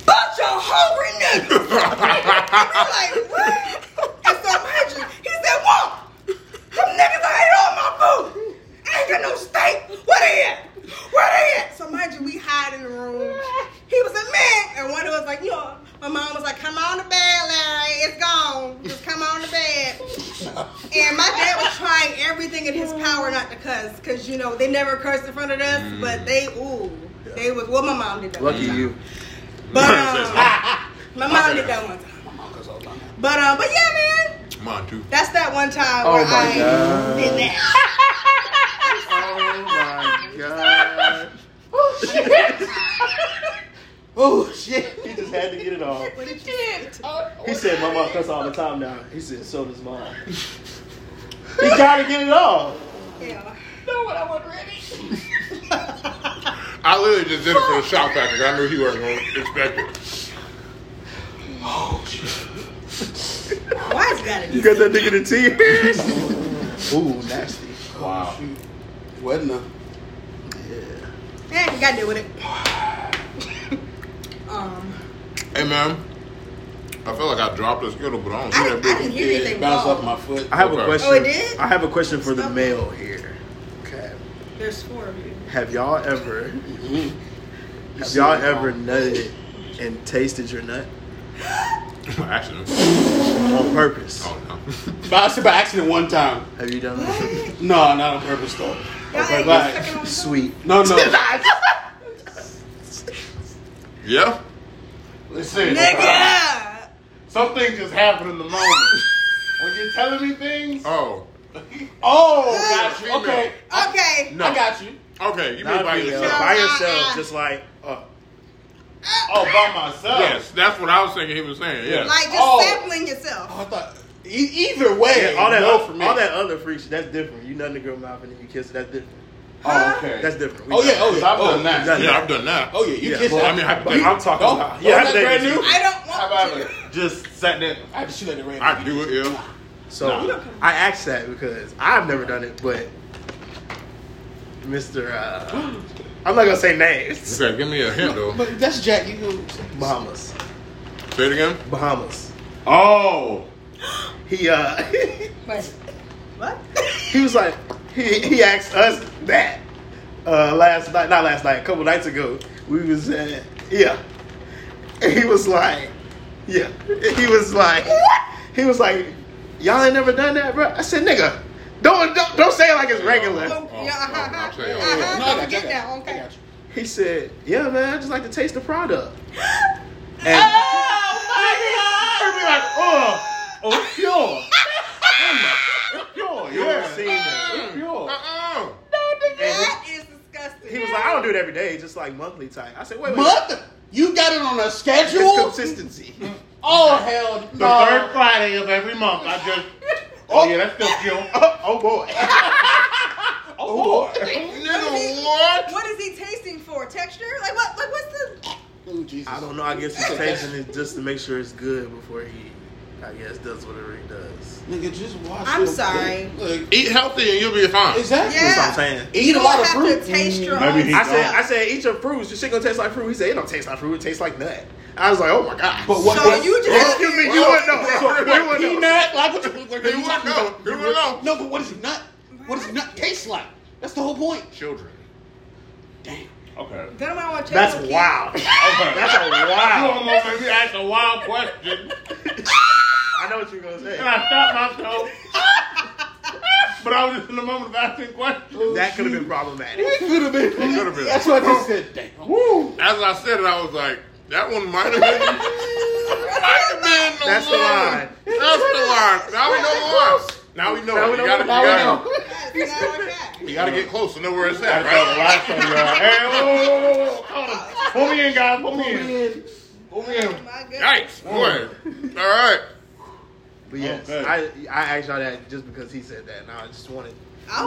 D: "Bunch of hungry niggas."
A: *laughs*
D: And we're like, what? And so mind you, he said, Walk! Them niggas I ate all my food! Ain't got no steak! Where they at? Where they at? So mind you, we hide in the room. He was a man, and one of us like, you know, my mom was like, come on to bed, Larry, it's gone. Just come on to bed. And my dad was trying everything in his power not to cuss, because you know, they never cursed in front of us, but they ooh. They was well my mom did that. one
C: Lucky
D: time.
C: you.
D: But *laughs*
A: Says
D: um, my mom
A: Okay.
D: did that one time.
B: My mom goes all the time.
D: But um, but yeah,
A: *laughs*
D: man.
A: Come on, dude.
D: That's that one time
C: Oh
D: where
C: my
D: I
C: God.
D: did that.
C: Oh my god. Oh shit! He just had to get it off.
D: Shit. Oh,
C: He said my mom cuss all the time now. He said so does mine. he gotta get it off.
D: Yeah.
A: I literally just did it for the shock factor. 'cause I knew he wasn't going to expect it.
D: Why is that?
G: You got that nigga in the tears.
C: Ooh, nasty.
F: Wow.
G: what now?
D: Eh, got to deal with *laughs* it. um,
A: Hey, man. I feel like I dropped a skittle, but I don't
D: I,
A: see
D: I
A: that bitch.
D: *laughs* didn't hear anything.
G: Bounce
D: wrong.
G: off my foot.
C: I have a
A: Okay.
C: question.
D: Oh, it did?
C: I have a question for the
D: Stop it.
C: male here. Okay.
D: There's four of you.
C: Have y'all ever?
G: Mhm.
C: Have y'all ever nutted and tasted your nut
A: By accident.
C: on purpose?
A: Oh, no.
G: But I said by accident one time.
C: Have you done
D: What?
C: that?
G: No, not on purpose though.
D: Y'all ain't
G: bye.
D: get stuck in on
C: Sweet.
G: No, no.
A: Yeah?
F: Listen,
D: Nigga!
F: some things just happen in the moment. when you're telling me things,
A: Oh.
G: Oh, got you. Okay,
D: Okay.
A: No.
G: I got you.
A: Okay, you mean
C: Not uh,
A: by
C: female.
A: yourself.
C: By
D: No,
C: yourself,
D: uh-uh.
C: just like uh,
F: oh, by myself.
A: Yes, that's what I was thinking he was saying. Yeah.
D: Like just
G: Oh.
D: sampling yourself.
G: I thought e- either way,
C: all that
G: no for me.
C: all that other freak shit. That's different. You nut in the girl mouth and then you kiss. it, That's different.
G: Oh, okay.
C: That's different. We
G: oh
C: done
G: yeah. Oh
F: Cause
G: yeah.
F: I've
G: oh,
F: done that.
C: done
A: yeah, I've done that.
G: Oh yeah. You
C: Yeah.
G: kissed
A: Well,
G: that.
A: I mean, hypothetical- I'm talking
G: Oh,
A: about-
G: yeah.
C: yeah,
G: that brand
C: hypothetical.
D: I
G: new.
D: don't
F: Have
D: want
F: I
D: to.
F: ever just sat there?
G: I had to shoot at the red.
A: I do it, yeah.
C: So I asked that because I've never done it, but Mr.
G: *gasps*
C: Uh, I'm not gonna say names.
A: Okay, give me a hint, though.
G: But that's Jack. You go.
C: Bahamas,
A: Say it again.
C: Bahamas.
F: Oh,
C: He uh, *laughs*
D: But what?
C: he was like he he asked us that uh last night, not last night, a couple nights ago. We was at yeah, and he was like yeah, he was like he was like y'all ain't never done that, bro. I said nigga, don't don't, don't say it like it's regular.
D: Oh,
A: oh,
D: yeah, uh-huh,
A: I'll tell you.
D: uh-huh.
G: No,
D: Don't
G: I got you.
D: forget that.
G: I got you. I
D: Okay.
G: got you.
C: He said, "Yeah, man, I just like to taste the product." And
F: I'd be like, oh, oh, pure, pure,
C: you ever seen
F: yeah,
C: that?
F: pure.
A: Uh-uh.
D: That is disgusting.
C: He was like, "I don't do it every day, just like monthly type." I said, "Wait, wait,
G: Mother, you got it on a
C: it's
G: schedule.
C: consistency."
G: Oh hell
F: The third
G: no.
F: Friday of every month, I just.
G: Oh.
F: Oh yeah, that's still pure.
C: oh, oh
F: *laughs*
C: boy,
G: Oh,
A: Nigga, what?
D: *laughs* What is he tasting for? Texture? Like what? Like what's the?
G: oh Jesus.
C: I don't know. I guess he's tasting it just to make sure it's good before he, I guess, does whatever he does.
G: Nigga, just watch.
D: I'm sorry.
G: Look,
A: Eat healthy and you'll be fine.
G: exactly.
D: Yeah.
C: That's what I'm saying.
G: Eat
D: you
G: a lot
D: don't
G: of
D: have
G: fruit.
D: to taste your
F: Maybe
D: own
F: he
C: I
D: stuff.
C: said, I said, eat your fruits. Your shit gonna taste like fruit. He said, it don't taste like fruit. It tastes like nut. I was like, oh my god.
G: But what-
D: So you just
C: *laughs* Excuse me, you wouldn't know. You wouldn't know.
G: Peanut, like what you, what
A: He
G: you
A: wouldn't
G: talking
A: know.
G: about?
A: He wouldn't know.
G: No, but what does nut? What does nut taste like? That's the whole point.
A: Children.
G: Damn.
F: Okay.
D: Then I want to
C: That's
D: *laughs*
C: wild.
F: Okay.
C: *laughs* That's a
F: You
C: wild.
F: almost made me ask a wild question,
C: I know what you're gonna say.
F: and I stopped myself. But I was just in the moment of asking questions.
C: That could have been problematic.
G: It could have been.
A: could've been.
G: That's what I
C: Oh.
G: just said. Damn. Woo.
A: As I said it, I was like, that one might have been. might have been. the
C: That's the line.
A: That's the line. Now we know the line. Now we know.
C: Now
A: it.
C: we
A: you
C: know
A: gotta,
C: it.
G: Now
A: you
G: we
A: gotta,
G: know.
A: You gotta get close to know where it's
F: I
A: at,
F: felt the
A: right?
F: last time, y'all. Hey, whoa, whoa, whoa, whoa,
D: Oh,
F: hold on. Pull me in, guys. Pull me in. Pull me in.
A: Yikes, boy. All right.
C: But yes,
F: Okay.
C: I I asked y'all that just because he said that, and I just wanted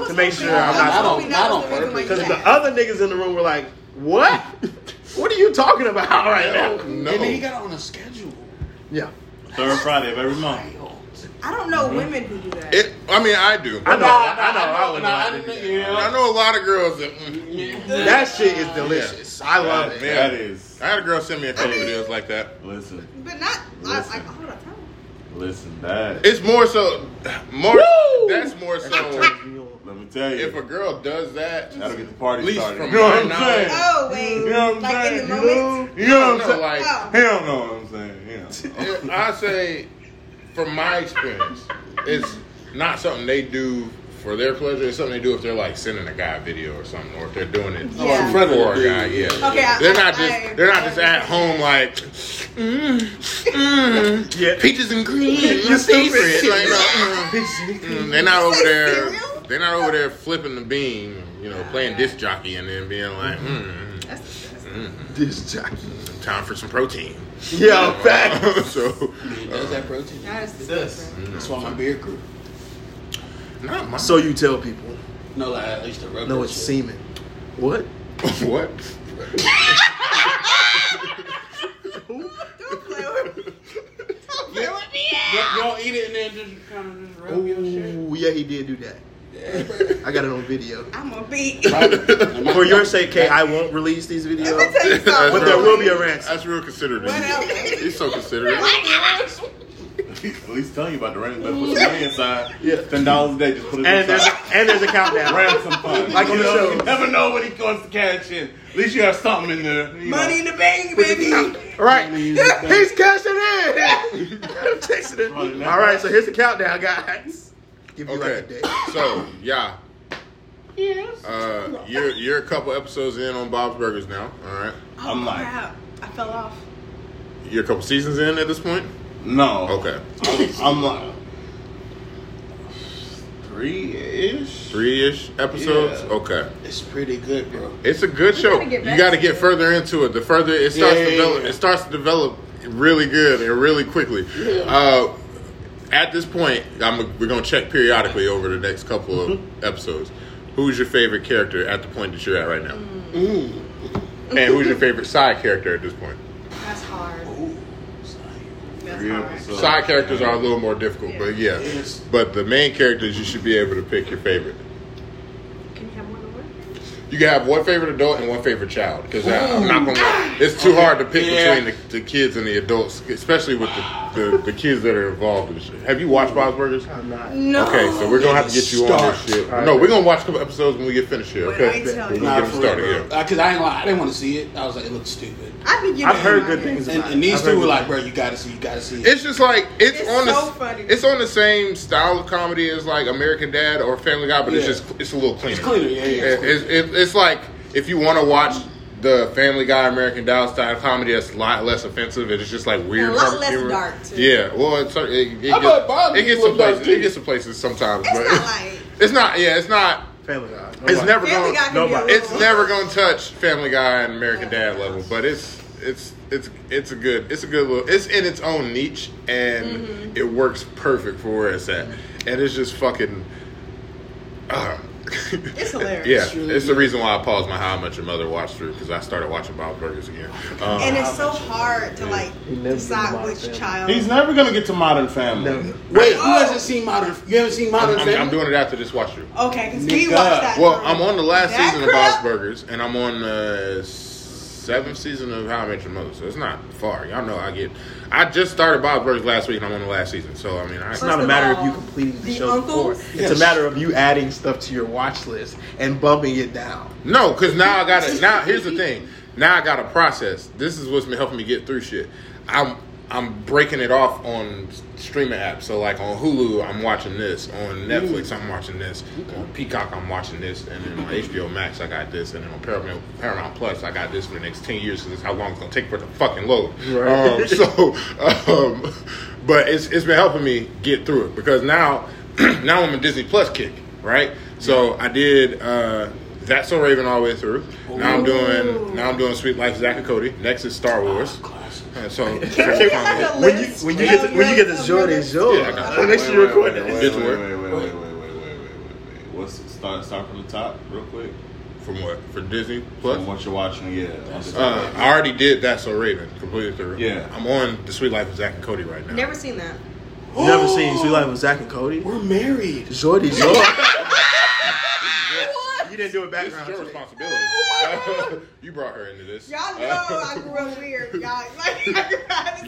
D: To
C: make sure I'm not- I
G: don't- I don't
C: because the other niggas in the room were like, "What? what are you talking about right now?"
A: No.
G: And then he got it on a schedule.
C: Yeah,
F: Third Friday of every month.
D: I don't know women who do that.
A: It, I mean, I do.
C: I know,
G: Nah,
C: I know,
G: nah,
C: I would
G: nah,
C: not
G: I
C: do
G: didn't-
C: that.
A: I
G: yeah.
A: know a lot of girls that. mm,
C: That shit is delicious. I love
F: That-
C: it.
F: That is.
A: I had a girl send me a couple videos like that.
F: Listen,
D: But not like like all the time.
F: listen, that.
A: It's more so, more. That's more so.
F: Let me tell
A: If a
F: you.
A: girl does that,
F: That'll get the party
A: Least
F: started.
A: from
F: You know what I'm
A: my knowledge.
F: saying?
D: Oh wait,
F: You know what I'm
D: like
F: saying?
D: in the moment.
F: You know what I'm
A: No,
F: saying?
A: like-
D: Oh.
F: He don't know what I'm saying. He don't know.
A: it- I say, from my experience, it's not something they do for their pleasure. It's something they do if they're like sending a guy a video or something, or if they're doing it
D: Yeah.
A: for a guy. Yeah,
D: Okay, I-
A: they're not
D: I-
A: just
D: I-
A: they're not just at home like, mm, mm,
C: Yeah.
A: peaches and
D: *laughs*
A: cream,
C: You're
A: my
C: stupid.
A: favorite. Like, no, mm, mm. They're not over
D: Say
A: there.
D: cereal?
A: They're not over there flipping the beam, you know, playing disc jockey and then being like, mm.
D: That's
C: This jockey.
A: Time for some protein. *laughs*
C: Yeah, fact.
A: so,
G: It does that protein.
D: That is
B: This.
G: That's why my beard grew.
A: not my.
C: So you tell people.
G: No, like I used to rub
C: No,
G: that
C: it's
G: shit.
C: semen. What?
A: *laughs* what?
D: Don't play with me. Don't play with me.
G: You you don't eat it and then just kind of just rub your shit.
C: Ooh, yeah, he did do that. I got it on video.
D: I'm gonna be.
C: For your sake, Kay, I won't release these
D: Let me
C: videos.
D: tell you something.
C: But there will be a
A: *laughs*
C: ransom.
A: That's real considerate. of
D: What
A: you.
D: else?
A: He's so considerate.
F: *laughs* At least tell you about the running back. What's the man side?
C: Yeah.
F: Ten dollars a day. Just put it
C: And there's
F: inside.
C: a, and there's a countdown.
F: ransom fund.
C: *laughs* Like on
F: you
C: the
F: know,
C: show.
F: You never know what he goes to cash in. At least you have something in there. You
D: Money in the bank, baby.
C: Right. He's cashing in. I'm texting it. All right, so here's the countdown, guys. Give you like a
A: Okay.
C: day.
A: So, yeah. Yes. Uh, you're you're a couple episodes in on Bob's Burgers now. All right.
D: Oh,
F: I'm like-
D: crap. I fell off.
A: You're a couple seasons in at this point.
F: No.
A: Okay.
F: I'm like three ish.
A: Three ish episodes.
F: Yeah.
A: Okay.
G: It's pretty good, bro.
A: It's a good show.
D: gotta get
A: you
D: back
A: got to
D: to
A: get
D: it.
A: further into it. The further it starts to
F: Yeah, yeah,
A: develop,
F: yeah.
A: it starts to develop really good and really quickly. Uh, at this point, I'm, we're gonna check periodically over the next couple
F: Mm-hmm.
A: of episodes. Who's your favorite character at the point that you're at right now?
D: Mm.
F: Mm.
A: And who's your favorite side character at this point?
D: That's hard.
G: Ooh.
D: That's
F: Three
D: hard.
F: episodes.
A: Side characters are a little more difficult, but yeah.
G: Yes.
A: But the main characters, you should be able to pick your favorite.
D: Can you have more than one?
A: You can have one favorite adult and one favorite child because I'm not gonna. lie, It's too hard to pick
G: Yeah.
A: between the, the kids and the adults, especially with the, the, the kids that are involved. In this shit. Have you watched Bob's Burgers?
C: I'm not.
D: No.
A: Okay, so we're gonna have to get you on this shit.
C: Alright.
A: No, we're gonna watch a couple episodes when we get finished here.
D: When
A: Okay,
D: I tell
A: when we
D: you.
A: get
G: for
A: started
G: real,
A: here.
G: bro. Uh, Cause I ain't lie, I didn't want to see it. I was like, it looks stupid.
D: I think you
C: I've heard good things
G: And,
C: about it.
G: and these
C: I've heard
G: two were
C: good
G: like, bro, you gotta see, you gotta see.
A: It's just like it's,
D: It's
A: on
D: so
A: the
D: funny.
A: it's on the same style of comedy as like American Dad or Family Guy, but it's
G: Yeah.
A: just it's a little cleaner.
G: It's cleaner, yeah, yeah, it's
A: It- it's, it- it's like if you want to watch the Family Guy American Dad style comedy, that's a lot less offensive. and It's just like weird,
D: And a lot
A: hum-
D: less dark, too.
A: Yeah, well, it's, it, it,
G: I bet Bob's
A: gets, it gets
G: a
A: some
G: little dark,
A: places. It
G: too.
A: gets some places sometimes,
D: It's
A: but
D: not like
A: it's not. Yeah, it's not.
C: Family Guy.
A: It's never
D: Family
A: going.
D: Guy can
C: no,
D: be a
C: but
D: little-
A: It's never going to touch Family Guy and American Dad level, but it's it's it's it's a good it's a good little it's in its own niche and it works perfect for where it's at, and it's just fucking. Uh, *laughs*
D: It's hilarious.
A: yeah,
G: It's really
A: it's the
G: good.
A: reason why I paused my How I Met Your Mother watch through because I started watching Bob Burgers again. Um,
D: And it's so hard to like
C: He lives in
D: decide
C: my
D: which
C: family.
D: child.
F: He's never gonna get to Modern Family.
C: No.
G: Wait, who hasn't seen Modern? You haven't seen Modern
A: I'm,
G: Family?
A: I'm doing it after this watch through.
D: Okay, because we
G: Nigga.
D: watched that.
A: Well,
D: through.
A: I'm on the last
D: That
A: season of Bob's
D: crap-
A: Burgers, and I'm on the seventh season of How I Met Your Mother, so it's not far. Y'all know I get. I just started Bob's Burgers last week, and I'm on the last season, so I mean, I,
C: It's not a
D: of
C: matter of
D: all,
C: you completing the,
D: the
C: show before.
D: uncles-
C: It's a matter of you adding stuff to your watch list and bumping it down.
A: no, because now I got to Now here's the thing. Now I got to process. This is what's been helping me get through shit. I'm I'm breaking it off on streaming apps. So like on Hulu, I'm watching this. On Netflix, I'm watching this. On Peacock, I'm watching this. And then on HBO Max, I got this. And then on Paramount, Paramount Plus, I got this for the next ten years. Because how long it's gonna take for the fucking load. Um, so, um, but it's it's been helping me get through it because now *clears throat* now I'm a Disney Plus kick, right? So I did uh, that's so Raven all the way through. Now I'm doing now I'm doing Sweet Life Zack and Cody. Next is Star Wars.
G: Classic.
A: And so
D: *laughs* Can we have a
C: When you
D: list
C: when you get to, when you get to
D: of
C: Jordan's
D: minutes?
C: show,
A: Yeah, I got
C: uh, make sure you record
F: wait,
C: that.
F: Wait,
A: It's
F: wait, wait,
A: work.
F: wait, wait, wait, wait, wait, wait, wait, wait. What's start start from the top real quick?
A: from what for Disney
F: From
A: Plus.
F: what you're watching, yeah.
A: Uh, I already did That's So Raven completely through.
F: Yeah.
A: I'm on the Sweet Life of Zack and Cody right now.
D: Never seen that.
C: You never seen Sweet Life with Zach and Cody?
G: We're married.
C: Jordy's yours.
D: *laughs* What?
C: you didn't do a
A: This is
C: background
A: your
C: check.
A: responsibility. *laughs* you brought her into this.
D: Oh Y'all know
A: Uh,
D: I grew up weird. Y'all *laughs* like I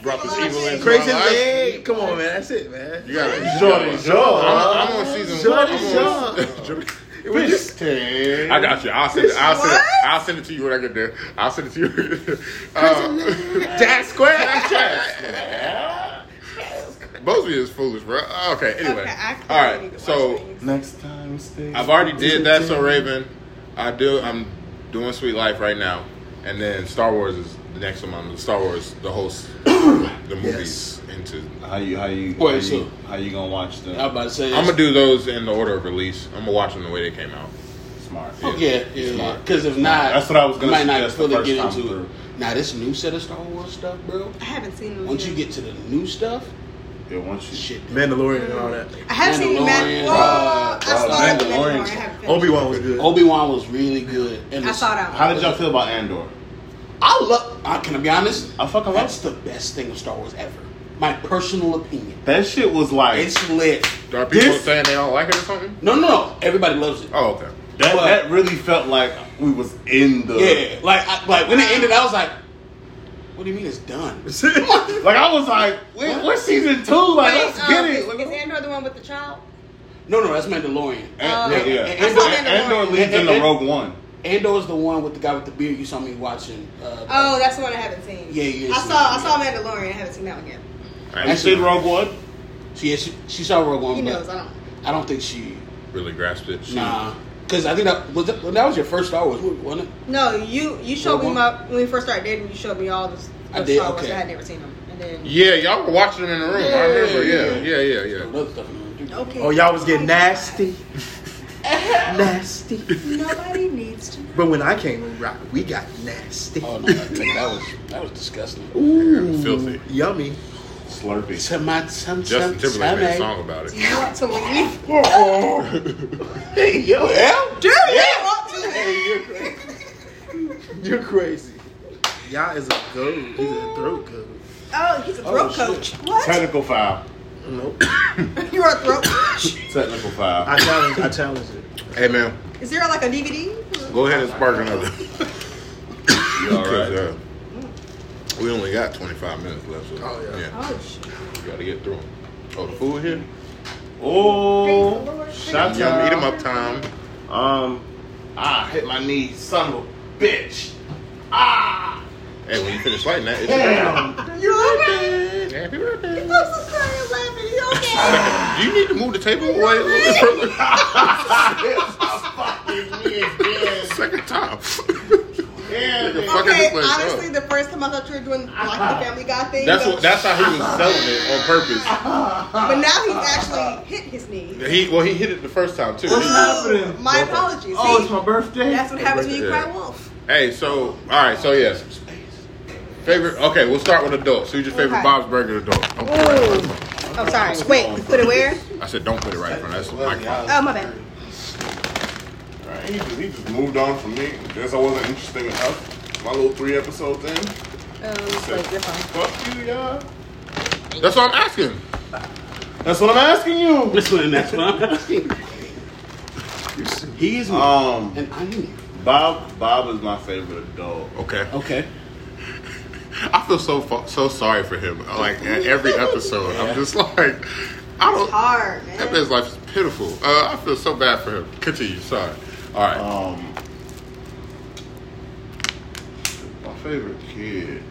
D: grew up
A: brought this evil in.
C: Crazy
A: My life.
C: leg. Come on, man. That's it, man.
A: *laughs* you got it.
F: Jordan's
A: I'm, I'm on season one.
C: Jordan's
A: I'm *laughs* on-
C: We just-
A: I got you. I'll send it. I'll send it.
D: What?
A: I'll send it to you when I get there. I'll send it to you. *laughs* uh,
C: Dad square.
A: both of you is foolish, bro. Okay. Anyway.
D: Okay, I clearly
A: All
D: need
A: right.
D: to watch
A: So
D: things.
F: Next time, stay.
A: I've already did that. So Raven, I do. I'm doing Sweet Life right now, and then Star Wars is the next one. I'm Star Wars, the whole, s- *coughs* the movies into.
F: How you how you
G: Wait,
F: how you,
G: so-
F: how you gonna watch
G: I was
F: them?
G: about to say.
A: I'm gonna do those in the order of release. I'm gonna watch them the way they came out.
F: smart.
G: Oh, Yeah, yeah. Because if not,
F: That's what I was gonna
G: you might not
F: suggest the
G: fully
F: first
G: get
F: time
G: into
F: through.
G: it. Now this new set of Star Wars stuff, bro.
D: I haven't seen them.
G: Once
D: yet.
G: you get to the new stuff,
F: Yeah, once you
G: shit.
C: Mandalorian and all that.
D: I have seen the
G: Mandalorian,
D: Mandalorian.
G: uh,
F: uh,
D: Oh, I started the
F: Mandalorian.
D: Mandalorian. I haven't finished.
C: Obi Wan was good.
G: Obi Wan was really good. And
D: I
G: it's-
D: saw that one.
F: How did y'all feel about Andor?
G: I love. I can I be honest.
F: I fucking
G: That's
F: love it.
G: the best thing of Star Wars ever. My personal opinion.
F: That shit was like
G: It's lit.
A: Are people
F: This-
A: saying they don't like it or something?
G: No, no, no. Everybody loves it.
A: Oh, okay.
F: that.
G: but-
F: that really felt like we was in the
G: Yeah, like I, like when it ended, I was like, "What do you mean it's done?"
F: Like I was like, wait, what's season two? Like,
D: Wait,
F: let's
D: um,
F: get it.
D: Is Andor the one with the child?
G: No, no, that's Mandalorian.
F: And-
D: uh,
F: yeah, yeah.
G: I
F: And-
D: saw
F: and-
D: Mandalorian.
F: Andor leads
G: And-
F: into
G: and-
F: Rogue One.
G: Andor's the one with the guy with the beard you saw me watching. Uh,
D: Oh, that's the one I haven't seen.
G: Yeah, yeah,
D: I
G: see.
D: saw I saw Mandalorian. I haven't seen that one yet.
A: I
F: You
A: ain't
F: seen Rogue One?
G: she, yeah, she, she saw Rogue One.
D: He
G: but
D: knows. I don't.
G: I don't think she.
A: really grasped it.
G: Nah, because I think that was that, that was your first Star Wars movie, wasn't it?
D: No, you you showed
G: Rogue
D: me
G: One?
D: my when we first started dating. You showed me all the, the
G: I did,
D: Star Wars.
G: okay.
D: I had never seen them. And then
A: Yeah, y'all were watching them in the room. I remember. Yeah, yeah, yeah, yeah.
G: Another stuff. you know.
D: okay.
C: *laughs* Oh, y'all was getting
D: *laughs*
C: nasty. nasty.
D: Nobody needs to.
C: But when I came over, I- we got nasty.
G: Oh no, that, that was that was disgusting.
C: Ooh,
A: filthy.
C: Yummy.
F: Slurpee.
G: To my tum
A: Justin
G: tum
A: Timberlake made a
G: tummy.
A: song about it.
D: You want to leave?
C: Hey, yo, Al.
D: Do you want to leave?
C: You're crazy. Y'all is a goat. He's a throat goat.
D: Oh, he's a throat
G: Oh,
D: coach.
G: shit.
D: What?
F: Technical foul.
C: Nope.
D: *laughs* You're a throat coach.
F: Technical foul.
C: I challenge. I challenge it.
A: Hey, man,
D: Is there like a DVD?
A: go ahead and spark another. *laughs*
F: You all right?
A: Because, uh, we only got 25 minutes left. So,
C: Oh, yeah.
D: Oh shit.
A: we gotta get through 'em. Oh, the food here?
D: Praise the
F: Oh,
D: Lord.
F: shout
A: Yum, eat 'em
F: out.
A: up time.
F: Um, ah, hit my knee, son of a bitch. Ah,
A: Hey, when you finish lighting that, it's
F: damn.
D: You okay?
A: Happy birthday.
D: I'm so sorry I'm laughing. You *laughs* okay?
A: Do you need to move the table away a little further? *laughs* Second time.
F: Damn,
A: Nigga,
F: nigga.
A: fucking
D: Okay,
A: this place up.
D: honestly, the first time I thought you were doing like the Family Guy thing,
A: That's
D: but,
A: what. That's how he was selling it on purpose.
D: but now he's
A: Uh-huh.
D: actually hit his knee.
A: He well, he hit it the first time too.
F: What's happening?
D: My apologies.
F: Oh,
D: See,
F: it's my birthday.
D: that's what happens when you
A: Yeah.
D: cry wolf.
A: Hey, so all right, so yes. Favorite. Okay, we'll start with adults. Who's your favorite
D: Okay.
A: Bob's Burger adult? Don't put it right in front of
D: I'm Oh, sorry. Wait, you put it where?
A: me. I said don't put it right in front. of me. That's the microphone.
D: Oh, my bad.
F: Alright, He just, he just moved on from me. Guess I wasn't interesting enough. My little three episode thing.
D: Um, wait, you're fine.
F: Fuck you, y'all.
A: That's what I'm asking.
F: That's what I'm asking you.
G: This one, that's what I'm asking. He is me,
F: Um,
G: *laughs* and I'm you.
F: Bob Bob is my favorite adult.
A: Okay.
G: Okay.
A: I feel so fu- so sorry for him. Like at
F: *laughs*
A: every episode, I'm just like, I
D: It's
A: don't.
D: hard,
A: That
D: man.
A: man's life is pitiful. Uh, I feel so bad for him. Continue. Sorry. All right.
F: Um, my favorite kid.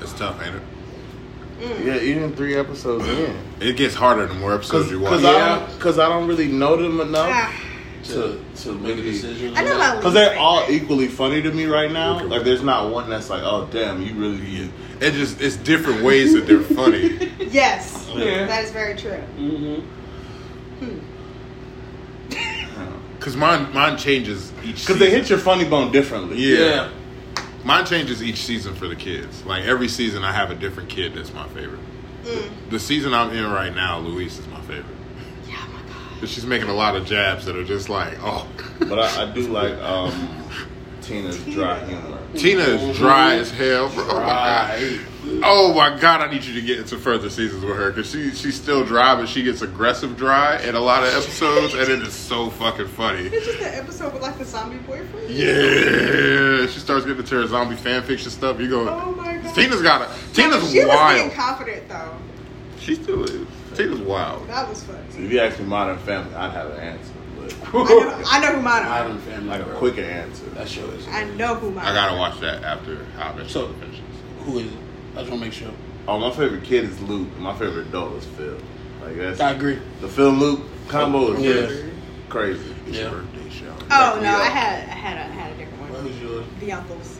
A: it's tough, ain't it?
F: Yeah, even three episodes in.
A: It gets harder the more episodes
F: Cause,
A: you
F: 'cause
A: watch.
F: I don't, cause I don't really know them enough
D: Ah,
F: to to
G: Make a
F: really.
G: decision.
D: I know my
F: Cause
D: least
F: they're
D: favorite.
F: all e- equally funny to me right now.
A: Okay.
F: Like, there's not one that's like, oh damn, you really.
A: It just it's different ways that they're funny.
D: Yes,
G: Yeah.
D: that is very true.
G: Mm-hmm.
A: Cause mine mine changes *laughs* each.
F: Cause they
A: season.
F: hit your funny bone differently.
A: Yeah. Mine changes each season for the kids. Like every season, I have a different kid that's my favorite.
D: Mm.
A: The season I'm in right now, Luis is my favorite.
D: Yeah, oh my God.
A: But She's making a lot of jabs that are just like, oh.
F: But I, I do like um, Tina's dry humor.
A: Tina is dry as hell. Bro. Oh my
F: Dry.
A: god. Oh my god! I need you to get into further seasons with her because she she's still dry, but she gets aggressive dry in a lot of episodes, and it is so fucking funny.
D: It's just that episode with like the zombie boyfriend.
A: Yeah, she starts getting into her zombie fan fiction stuff. You go.
D: Oh my God.
A: Tina's got a. Tina's
D: she was
A: wild.
D: being confident though.
A: she still is. Tina's wild.
D: That was funny.
F: If you asked me Modern Family, I'd have an answer, but
D: I know, I know who mine are.
G: Modern Family.
F: like a
G: Girl.
F: quicker answer.
G: That show is.
D: I know who mine.
A: I gotta
D: are.
A: watch that after How I Met Your
G: So-
A: Mother finishes.
G: Who is it? I just want to make sure.
F: Oh, my favorite kid is Luke. and My favorite adult is Phil. Like that's
G: I agree.
F: the Phil Luke combo is
G: Yeah.
F: just crazy.
A: It's your
G: Yeah.
A: birthday show.
D: Oh no,
F: Yeah.
D: I had I had a I had a different one.
G: Who's yours?
D: The uncles,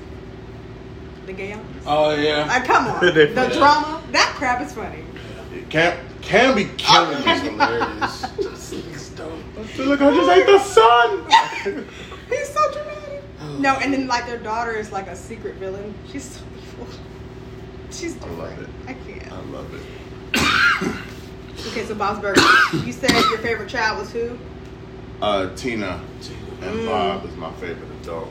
D: the gay uncles.
G: Oh yeah.
D: Like, come on,
C: They-
D: the drama. That crap is funny. *laughs*
F: It can can be
A: Oh, *laughs*
F: killing me.
G: hilarious.
F: Look, I just ate the sun.
D: He's so dramatic. No, and then like their daughter is like a secret villain. She's so evil. She's
F: I love
D: different.
F: it.
D: I can't.
F: I love it.
D: Okay, so Bob's Burgers. *coughs* you said your favorite child was who?
F: Uh, Tina
D: Mm.
F: and Bob is my favorite adult.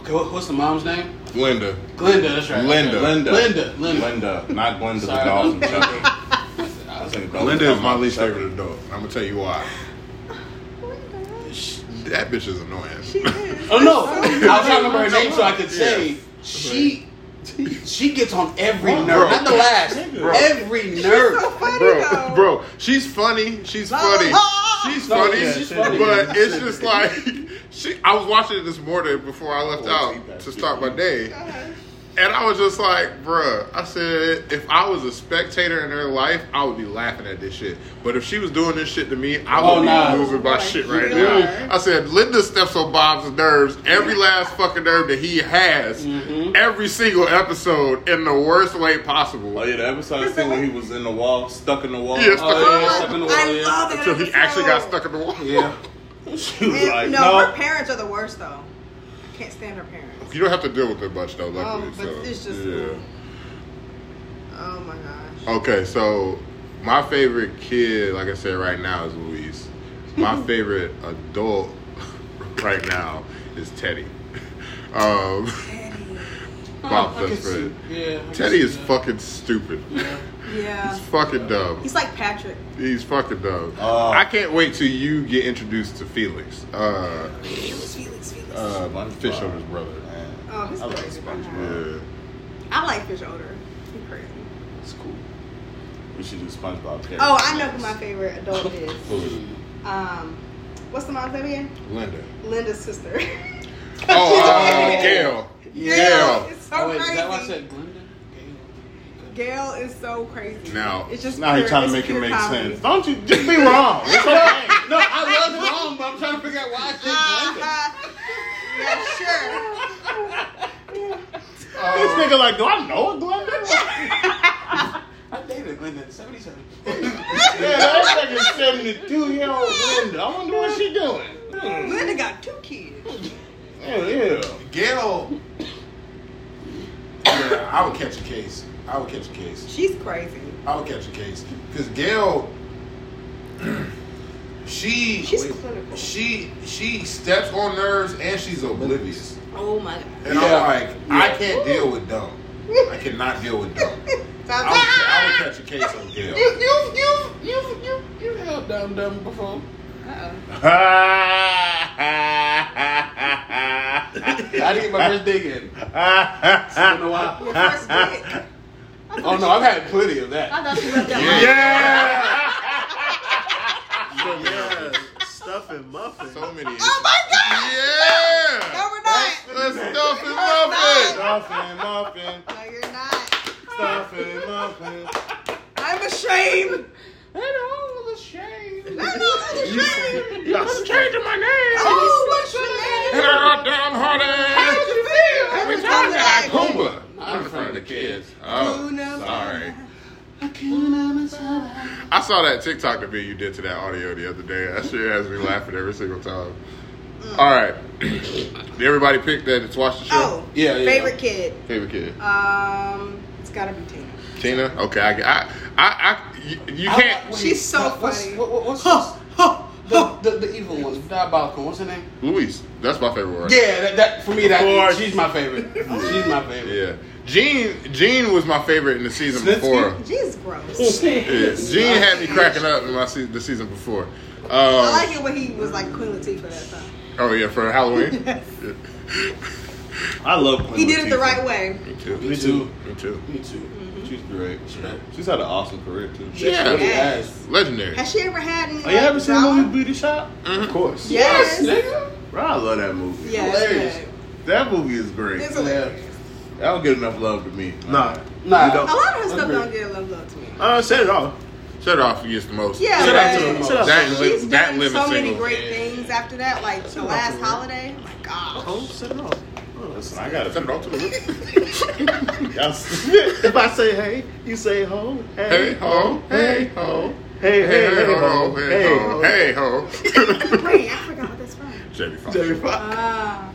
G: Okay, what, what's the mom's name?
F: Linda.
G: Glinda, that's right.
F: Linda.
G: Linda. Linda. Linda.
F: Linda. Not Glinda the
G: Sorry.
F: doll
G: *laughs*
F: from E. Chucky. I was *laughs* thinking about-
A: Linda is my least favorite adult. I'm gonna tell you why.
G: Sh-
A: That bitch is annoying.
D: She is. *laughs*
G: Oh no! I was trying to remember her name so I could say she. She gets on every
A: Bro.
G: nerve. Not the last.
A: Bro.
G: Every
D: She's
G: nerve.
D: so funny
A: Bro,
D: though.
A: *laughs* bro, she's funny. She's
D: La,
A: funny.
D: la.
A: She's
G: No,
A: funny.
G: yeah, she's funny.
A: But it's just like she. I was watching it this morning before I left
F: Oh, see
A: out
F: that
A: to
F: shit.
A: start my day, and I was just like, bruh. I said, if I was a spectator in her life, I would be laughing at this shit. But if she was doing this shit to me, I would
G: Oh,
A: be
G: nah.
A: losing my
D: Right.
A: shit right
D: You
A: now.
D: are.
A: I said, Linda steps on Bob's nerves every last fucking nerve that he has,
G: Mm-hmm.
A: every single episode in the worst way possible.
F: Oh yeah, the episode I seen when he was in the wall, stuck in the wall.
A: Yeah, stuck in the
G: Oh, yeah,
A: wall.
G: stuck in the wall.
D: I
G: yeah.
D: love that
A: Until he actually got
D: episode.
A: stuck in the wall.
D: *laughs*
G: Yeah.
F: *laughs* She was
D: And-
F: like, Uh,
D: no, her
F: no.
D: parents are the worst though. I can't stand her parents.
A: You don't have to deal with it much though, luckily.
D: Um, but
A: so,
D: it's just
A: yeah.
D: Oh my gosh.
A: Okay, so my favorite kid, like I said right now, is
D: *laughs*
A: Luis. My favorite adult *laughs* right now is Teddy. *laughs* Um, Bob's
G: I can
A: best
G: see-
A: friend.
G: Yeah. I can
A: Teddy
G: see
A: is
G: that.
A: fucking stupid.
D: Yeah.
A: He's fucking dumb.
D: He's like Patrick.
A: He's fucking dumb.
F: Oh.
A: I can't wait till you get introduced to Felix. Uh,
D: Felix, Felix, Felix.
A: uh, Fish Owner's brother.
D: oh, he's
F: I like
D: crazy.
F: SpongeBob.
A: Yeah.
D: I like fish odor. He's crazy.
F: It's cool. We should do SpongeBob. characters
D: Oh, I know who
F: next.
D: my favorite
A: *laughs*
D: adult is. Um, what's the mom's name again?
A: Linda.
D: Linda's sister. *laughs*
A: Oh,
F: *laughs*
A: uh, Gail.
D: Gail
A: Gail.
D: is so
G: Oh, wait,
D: crazy.
G: is that why I said Glinda?
D: Gail is so crazy.
A: Now-
D: it's just
F: Now
D: pure-
F: he's trying to make
D: it's
F: it
D: pure
F: make
D: comedy.
F: sense. Don't you just be
D: *laughs*
F: wrong. It's okay.
G: No, I was wrong, but I'm trying to figure out why I said Glinda.
D: Uh-huh. *laughs* yeah, sure.
F: this nigga like, do I know a Glenda?
G: I dated Glinda in 77.
F: yeah, that nigga 72 year old Glenda. I wonder what she doing. Hmm.
D: Linda got two kids.
F: Hell yeah.
B: Gail. Yeah, I would catch a case. I would catch a case.
D: She's crazy.
B: I would catch a case because Gail. *clears throat* She
D: She's clinical.
B: she she steps on nerves and she's oblivious.
D: Oh my god.
B: And
F: Yeah.
B: I'm like, I can't deal with dumb. I cannot deal with
D: *laughs*
B: dumb. I would, I would catch a case on Gail. *laughs*
F: *laughs*
G: you, you, you, you, you held Dumb Dumb before. I didn't get my first dig in. It's been a while.
D: Your first dick.
G: Oh no, I've had plenty of that.
D: I thought you left that
A: Yeah.
C: Stuff and muffins.
A: So many.
D: Oh my god!
A: Yeah.
D: No, we're not.
A: Let's stuff and muffin.
F: Muffin, muffin,
D: No, you're not.
F: stuffing, muffin.
D: I'm ashamed. *laughs* I'm all ashamed.
A: I'm changing my name.
D: Oh, what's
A: And
D: your name?
A: I got downhearted.
D: you feel? Every time that I go,
A: Pumbaa. I'm in front of the kids. Oh, sorry. I saw that TikTok video you did to that audio the other day. That shit has me laughing every single time.
D: Mm.
A: All right. Did everybody pick that? It's watch the show.
D: Oh,
G: Yeah, yeah.
D: favorite kid.
A: Favorite kid.
D: Um, it's gotta be Tina.
A: Tina. Okay. I. I. I. I you, you can't.
D: She's so
G: what's,
D: funny.
G: What, what, what's the, the, the evil one, diabolical. What's her name?
A: Luis. That's my favorite one.
G: Yeah, that, that for me, that
F: course.
G: she's my favorite. She's my favorite.
A: Yeah. Gene. Gene was my favorite in the season
G: Snitsky?
A: before.
D: She's gross.
A: Yeah, Gene had me cracking up in my se- the season before. Um,
D: *laughs* I like it when he was like Queen Latifah that time.
A: oh yeah, for
D: *laughs*
A: Halloween.
F: I love Queen
D: He did it the
F: Latifah.
D: right way.
A: Me too.
F: Me too.
A: Me too.
G: Me too.
F: She's great. She's had an awesome career too.
A: Yeah.
G: Really
D: Yes.
G: has.
A: Legendary. Mm-hmm.
D: Has she ever had any?
F: Oh, you
D: like,
F: ever seen the
D: drama?
F: movie Beauty Shop? Of course.
D: Yes. Yes.
G: Nigga.
F: Bro, I love that movie.
G: Hilarious.
D: babe.
F: That movie is great.
D: It's
F: That
D: hilarious.
F: don't get enough love to me.
C: Nah.
G: Nah.
C: You
D: A
C: don't.
D: lot of her stuff
G: Agreed.
D: don't get enough love to me.
C: Uh, set it off.
A: Shut off gets the most.
D: Yeah,
C: Shut up to
D: right.
C: the most. Shut up.
A: That, li-
D: She's
A: that
D: done
A: living
D: so many
A: single.
D: great things after that, like the last holiday. Oh my gosh.
C: Oh, set it off. Oh,
F: listen, I gotta.
A: Send it off to the room.
C: if I say hey, you say ho.
A: Hey ho, hey ho.
C: Hey, hey, hey,
A: ho,
C: ho,
A: hey ho,
C: hey,
A: hey ho.
E: Wait, I forgot what that's from.
A: Jamie Foxx.
C: Jamie Foxx.
D: Ah.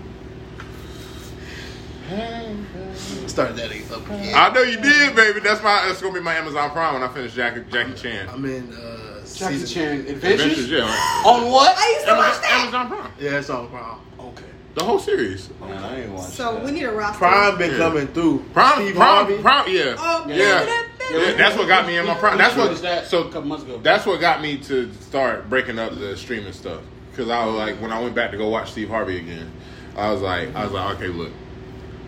C: Start that again. Okay.
A: I know you did, baby. That's my. That's gonna be my Amazon Prime when I finish Jackie Jackie Chan.
C: I'm in uh,
G: Jackie
C: season.
G: Chan
A: Adventures,
G: Adventures?
A: yeah. right.
G: On what?
D: I used to watch
A: Amazon,
D: that.
A: Amazon Prime.
C: Yeah, it's on Prime.
G: Okay.
A: The whole series.
B: Man, I ain't watching
D: So we need a roster.
C: Prime been
A: Yeah.
C: coming through.
A: Prime,
C: Steve
A: prime,
C: Harvey. Uh,
A: prime, yeah.
D: Oh,
A: yeah.
D: yeah.
A: Yeah, that's what got me in my prime. That's what.
G: that so
A: So
G: a couple months ago.
A: that's what got me to start breaking up the streaming stuff. Cause I was like, when I went back to go watch Steve Harvey again, I was like, I was like, okay, look,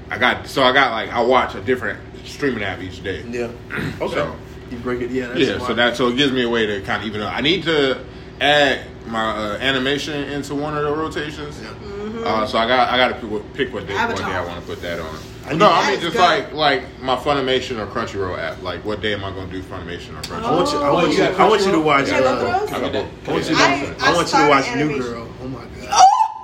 A: I got. So I got like, I watch a different streaming app each day.
C: Yeah. *clears throat* Okay.
A: So-
C: you break it. Yeah. That's
A: yeah,
C: why.
A: so that so it gives me a way to kind of even up. I need to add my uh, animation into one of the rotations.
C: Mm-hmm.
A: Uh, so I got I got to pick what, pick what day, what day
D: Avatar.
A: I want to put that on.
C: need-
A: no, I
D: That
A: mean
D: is
A: just
D: good.
A: like like my Funimation or Crunchyroll app. Like what day am I going to do Funimation or
C: I
A: Crunchyroll?
C: want you. I want you. I want you to watch.
D: Yeah,
C: Uh,
D: Love
A: I,
D: Rose?
A: got both.
C: I want you. To,
D: I-
C: I, want you to
D: I
C: watch
D: started
C: New
D: animation.
C: Girl. Oh my god.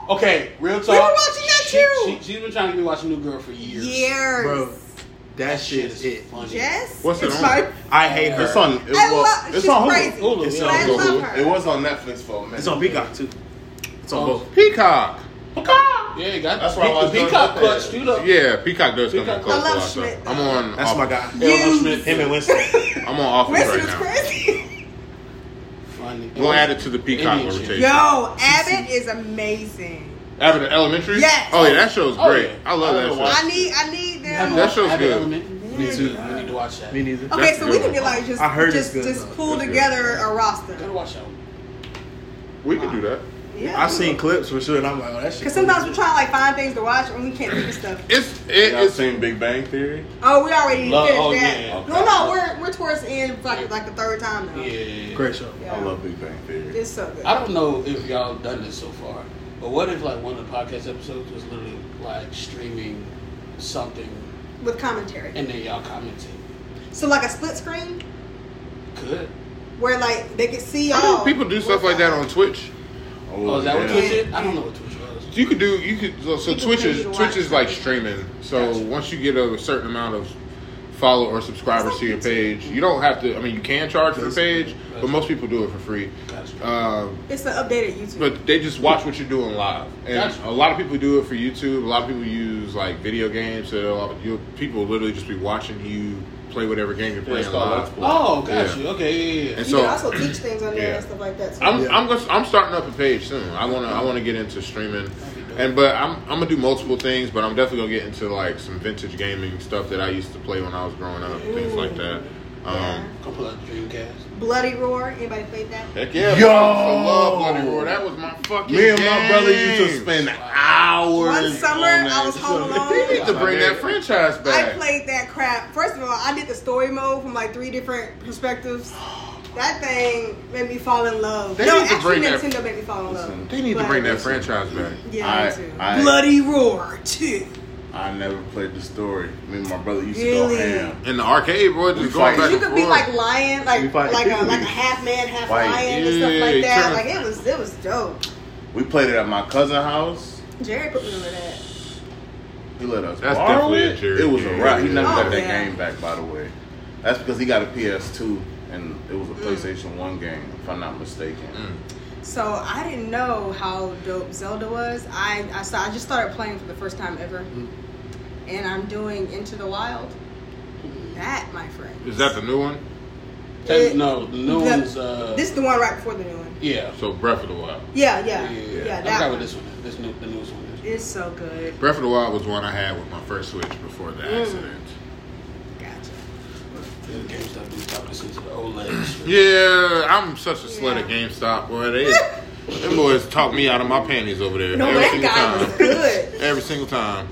D: Oh,
G: Okay, real talk.
D: we were watching that
G: She,
D: too.
G: she, she's been trying to be watching New Girl for years.
D: Years.
C: Bro, that shit is it.
G: funny.
D: Yes.
A: What's it
D: it's
A: on?
D: my-
C: I hate her.
F: It's on. It was,
D: I love-
F: it's
D: she's
F: on Hulu.
D: crazy.
G: Hulu,
C: It's
G: yeah.
D: But I
A: Hulu.
D: love her.
F: It was on Netflix for a minute.
C: It's on Peacock too. It's on
G: Oh.
C: both.
A: Peacock.
G: Yeah, you got
F: That's why I
G: the
F: watched
G: Peacock
F: Dungeon.
G: clutch too though.
A: Yeah, Peacock does come in
G: Peacock.
A: close.
D: I love
A: a lot, so.
D: Schmidt.
A: I'm on.
C: That's
A: off,
C: my guy.
G: Yeah,
D: You-
G: Smith.
C: Him and Winston.
A: I'm on office
D: *laughs* Winston
A: right
D: is
A: now.
C: *laughs*
D: crazy.
G: Funny.
A: We'll add it to the Peacock
G: Indian shit.
A: rotation.
D: Yo, Abbott is amazing.
A: Abbott Elementary.
D: Yes.
A: Oh yeah, that show's
G: Oh,
A: great.
G: yeah.
A: I love
F: I
A: that
F: haven't
A: show.
F: watched
D: I need, I need them.
A: That show's good.
G: Me too. We need to watch that.
C: Me neither.
A: that's
D: Okay, so
A: a
D: we
A: good
D: need to
A: one.
D: like just,
C: I heard it's
D: just,
C: good,
D: just
C: though.
D: pull
A: It's good.
D: together a roster.
G: Gotta watch that one.
A: We can do that.
D: Yeah.
C: I've seen clips for sure, and I'm like, oh, that shit.
D: Cause sometimes we try to like find things to watch and we can't think of stuff.
A: It's it,
F: Y'all
A: it's
F: seen Big Bang Theory?
D: Oh, we already
G: Love-
D: finished
G: oh,
D: that.
G: yeah,
D: No, no, we're we're towards the end, like like the third time now.
G: Yeah.
C: great show.
D: Yeah.
F: I love Big Bang Theory.
D: It's so good.
G: I don't know if y'all done this so far, but what if like one of the podcast episodes was literally like streaming something
D: With commentary.
G: and then y'all commented?
D: So like a split screen
G: Could.
D: where like they could see
A: I
D: y'all.
A: mean, people do stuff like that on Twitch.
G: Oh, is that what
F: yeah.
G: Twitch is? I don't know what Twitch was.
A: You could do you could so, so
D: People
A: Twitch
D: pay you
A: is
D: to watch
A: Twitch is like
D: something.
A: streaming. So
G: Gotcha.
A: once you get a certain amount of follow or subscribers to your page, you don't have to. I mean, you can charge for the page, but most people do it for free.
G: Gotcha.
A: Um,
D: It's an updated YouTube.
A: but they just watch what you're doing live, and
G: Gotcha.
A: a lot of people do it for YouTube. A lot of people use like video games. So they'll- you'll, people literally just be watching you play whatever game you're
F: Yeah, it's
A: playing
F: called
A: live.
F: Let's Play.
G: Oh, gotcha.
A: Yeah.
G: Okay, yeah, yeah,
A: And
D: you
A: so
D: can also teach things on there
A: yeah.
D: and stuff like that. Too.
A: I'm
C: Yeah.
A: I'm gonna, I'm starting up a page soon. I wanna I wanna get into streaming, and but I'm I'm gonna do multiple things. But I'm definitely gonna get into like some vintage gaming stuff that I used to play when I was growing up, things like that. Um,
G: yeah. Come pull out the Dreamcast.
D: Bloody Roar. Anybody played that?
A: heck yeah,
F: Yo!
A: I love Bloody Roar. That was my fucking.
F: Me and my brother used to
A: game. *laughs*
F: spend hours.
D: One summer
F: on that
D: I was
F: shit.
D: home
A: They need
D: alone.
F: Oh,
A: to bring that franchise
D: I
A: back.
D: played that crap. First of all, I did the story mode from like three different perspectives. That thing made me fall in love.
A: They
D: no,
A: need to
D: actually
A: bring that-
D: Nintendo made me fall in love.
A: they need to
D: But-
A: bring that franchise back.
D: Yeah,
F: I-
D: me too.
F: I-
D: Bloody Roar 2.
F: I never played the story. Me and my brother used
D: Really?
F: to go ham.
A: In the arcade, boy, just
F: We
A: going
F: fight.
A: back
D: You
A: and
D: could be
A: forth.
D: like lion,
C: We
D: like
C: fight.
D: like a like a half man, half
F: Fight.
D: lion and stuff
A: Yeah,
D: like that.
A: turn-
D: Like it was it was dope.
F: We played it at my cousin's house.
D: Jerry put me over that.
F: He let us
A: That's
F: borrow
A: definitely a
F: it.
A: Jerry
F: It was a
A: game.
F: wrap. He never
D: Oh,
F: got that
D: yeah.
F: game back, by the way. That's because he got a PS2 and it was a
D: Mm.
F: PlayStation One game, if I'm not mistaken.
A: Mm.
D: So I didn't know how dope Zelda was. I I, saw, I just started playing for the first time ever, and I'm doing Into the Wild. That, my friend,
A: Is that the new one?
D: It-
G: no, the new
D: the-
G: one's uh,
D: This is the one right before the new one.
G: yeah,
A: So Breath of the Wild.
D: Yeah, yeah,
G: yeah.
D: yeah.
G: I
D: that
G: forgot
D: one.
G: what this one. is. This new, the newest one. Is.
D: It's so good.
A: Breath of the Wild was one I had with my first Switch before the
D: Mm.
A: accident.
D: Gotcha.
G: The GameStop dude talking to the OLED.
A: Yeah, I'm such a slut at
D: Yeah.
A: GameStop, boy. They, them boys talk me out of my panties over there.
D: No,
A: every
D: that
A: single
D: guy
A: time.
D: was good.
A: *laughs* Every single time.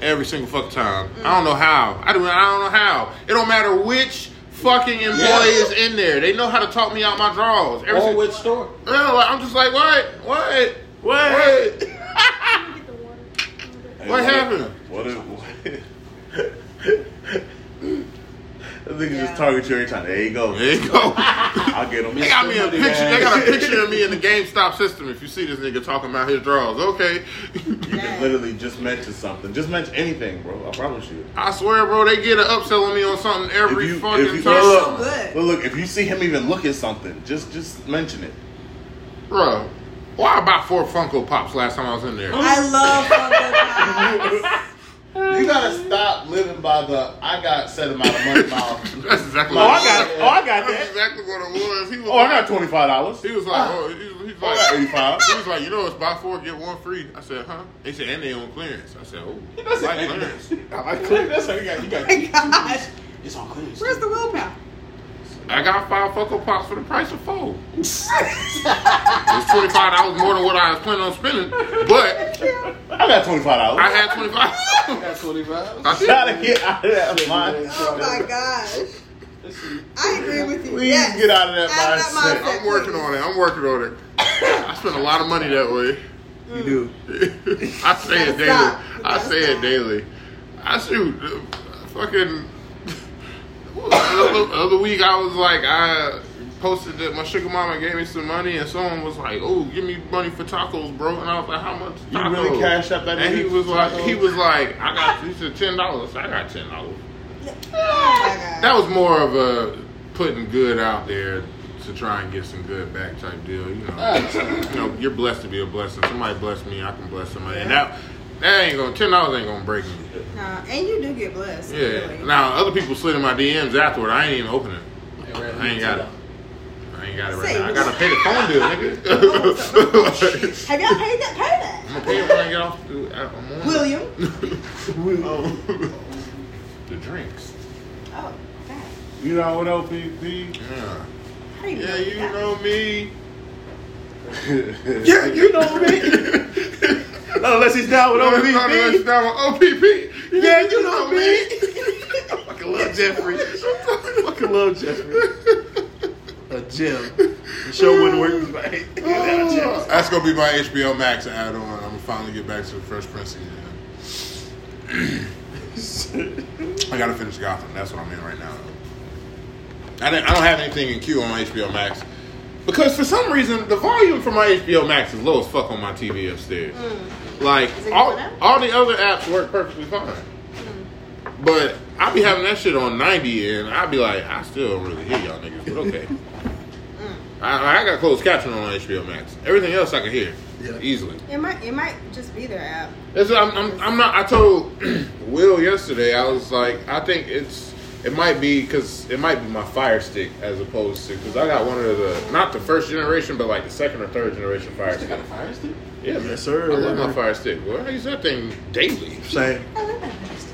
A: Every single fuck time. I don't know how. I don't, I don't know how. It don't matter which fucking employee is in there. They know how to talk me out my draws. Every
G: Or
A: sing-
G: which store?
A: Yeah, like, I'm just like, what? What? What?
E: Let me get the water. Let me get-
F: Hey,
A: What
F: if-
A: happened?
F: What if? *laughs* I think
D: Yeah.
F: just target you every time. There you go.
A: There you go.
F: I'll get
A: *laughs*
F: them.
A: They got me a
G: Somebody
A: picture. They got a
G: asked-
A: picture
F: *laughs*
A: of me in the GameStop system. If you see this nigga talking about his draws, okay. *laughs*
F: You can literally just mention something. Just mention anything, bro. I promise you.
A: I swear, bro, they get an upsell on me on something every
F: If you-
A: fucking
F: if you-
A: time,
F: look,
D: So good.
F: But look, if you see him even look at something, just just mention it.
A: bro. Why I buy four Funko Pops last time I was in there?
D: I love Funko Pops.
B: You gotta stop living by the I got a set amount of money mouth.
A: *laughs* That's exactly.
B: Oh,
A: what
B: I got-
A: it was.
B: oh, I
C: got
A: That's exactly what it was. He was.
F: *laughs* Oh, I got twenty five dollars.
A: He was like, oh, he, he's
F: I got
A: like,
F: eighty five.
A: *laughs* he was like, you know, it's buy four get one free. I said, huh? They said, and they on clearance. I said, oh, I like clearance.
F: *laughs* That's how you got. You got.
D: My gosh.
G: It's on clearance.
D: Where's the willpower?
A: I got five Funko Pops for the price of four. It's twenty five dollars more than what I was planning on spending, but
F: I got twenty five
A: I
F: dollars.
A: had twenty five.
G: That's 25.
A: *laughs* I did.
F: *laughs* Gotta get out of that mind.
D: Oh
A: *laughs*
D: my gosh. I agree with you.
F: Please
D: yes.
F: get out of that
D: Out of that
F: mindset.
D: mindset.
A: I'm working on it. I'm working on it. I spend a lot of money that way.
C: You do.
A: I say it daily.
D: Stop.
A: I say it
D: Stop.
A: daily. I shoot. uh, Fucking. the other- other week, I was like, I posted that my sugar mama gave me some money, and someone was like, "Oh, give me money for tacos, bro." And I was like, "How much?"
F: You
A: Tacos?
F: really cashed up that
A: And he
F: nigga
A: was like,
F: tacos?
A: he was like, "I got." He said, 10 dollars." I got ten dollars.
D: Oh my God.
A: That was more of a putting good out there to try and get some good back type deal. You know,
D: Ah.
A: you know, you're blessed to be a blessing. Somebody bless me, I can bless somebody. And that that ain't gonna ten dollars ain't gonna break me.
D: Nah, and you do get blessed.
A: Yeah.
D: really.
A: Now other people slid in my DMs afterward. I ain't even open it. I ain't got it. I ain't got it right
D: Say
A: now. I
D: what?
A: gotta pay the phone bill, nigga.
D: *laughs* Have y'all paid that?
A: I'm
D: Pay that.
A: gonna pay it when I get off. the- I- I'm on it. *laughs*
D: William.
A: Um, the drinks.
D: Oh, God.
F: You know what *laughs* LPP?
A: Yeah.
D: How you
A: Yeah,
D: know
A: you
D: that?
A: know me.
C: Yeah, you know me. *laughs* Not unless he's down with
A: Don't try to let you
C: OVP.
A: down with OPP.
C: Yeah, *laughs* you know me.
A: fucking love Jeffrey.
C: Fucking love *laughs* Jeffrey. A gem. The show wouldn't work without a *laughs* gem.
B: That's gonna be my HBO Max add-on. I'm gonna finally get back to the Fresh Prince again.
D: *laughs*
B: I gotta finish Gotham. That's what I'm in right now.
A: I, didn't, I don't have anything in queue on HBO Max because for some reason the volume for my HBO Max is low as fuck on my TV upstairs. Like
D: Hmm. it
A: all,
D: going up?
A: all the other apps work perfectly fine,
D: Hmm.
A: but I be having that shit on ninety and I be like, I still don't really hear y'all niggas, but
D: *laughs*
A: okay. I, I got closed caption on HBO Max. Everything else I can hear easily.
D: It might, it might just be their app.
A: That's, I'm, I'm, I'm not. I told *clears throat* Will yesterday. I was like, I think it's it might be because it might be my Fire Stick as opposed to because I got one of the not the first generation, but like the second or third generation Fire
G: Still
A: Stick.
G: got a fire stick?
A: Yeah, man.
C: Yes, sir.
A: I love my Fire Stick. Well, I use that thing daily.
C: Same.
D: I love that place.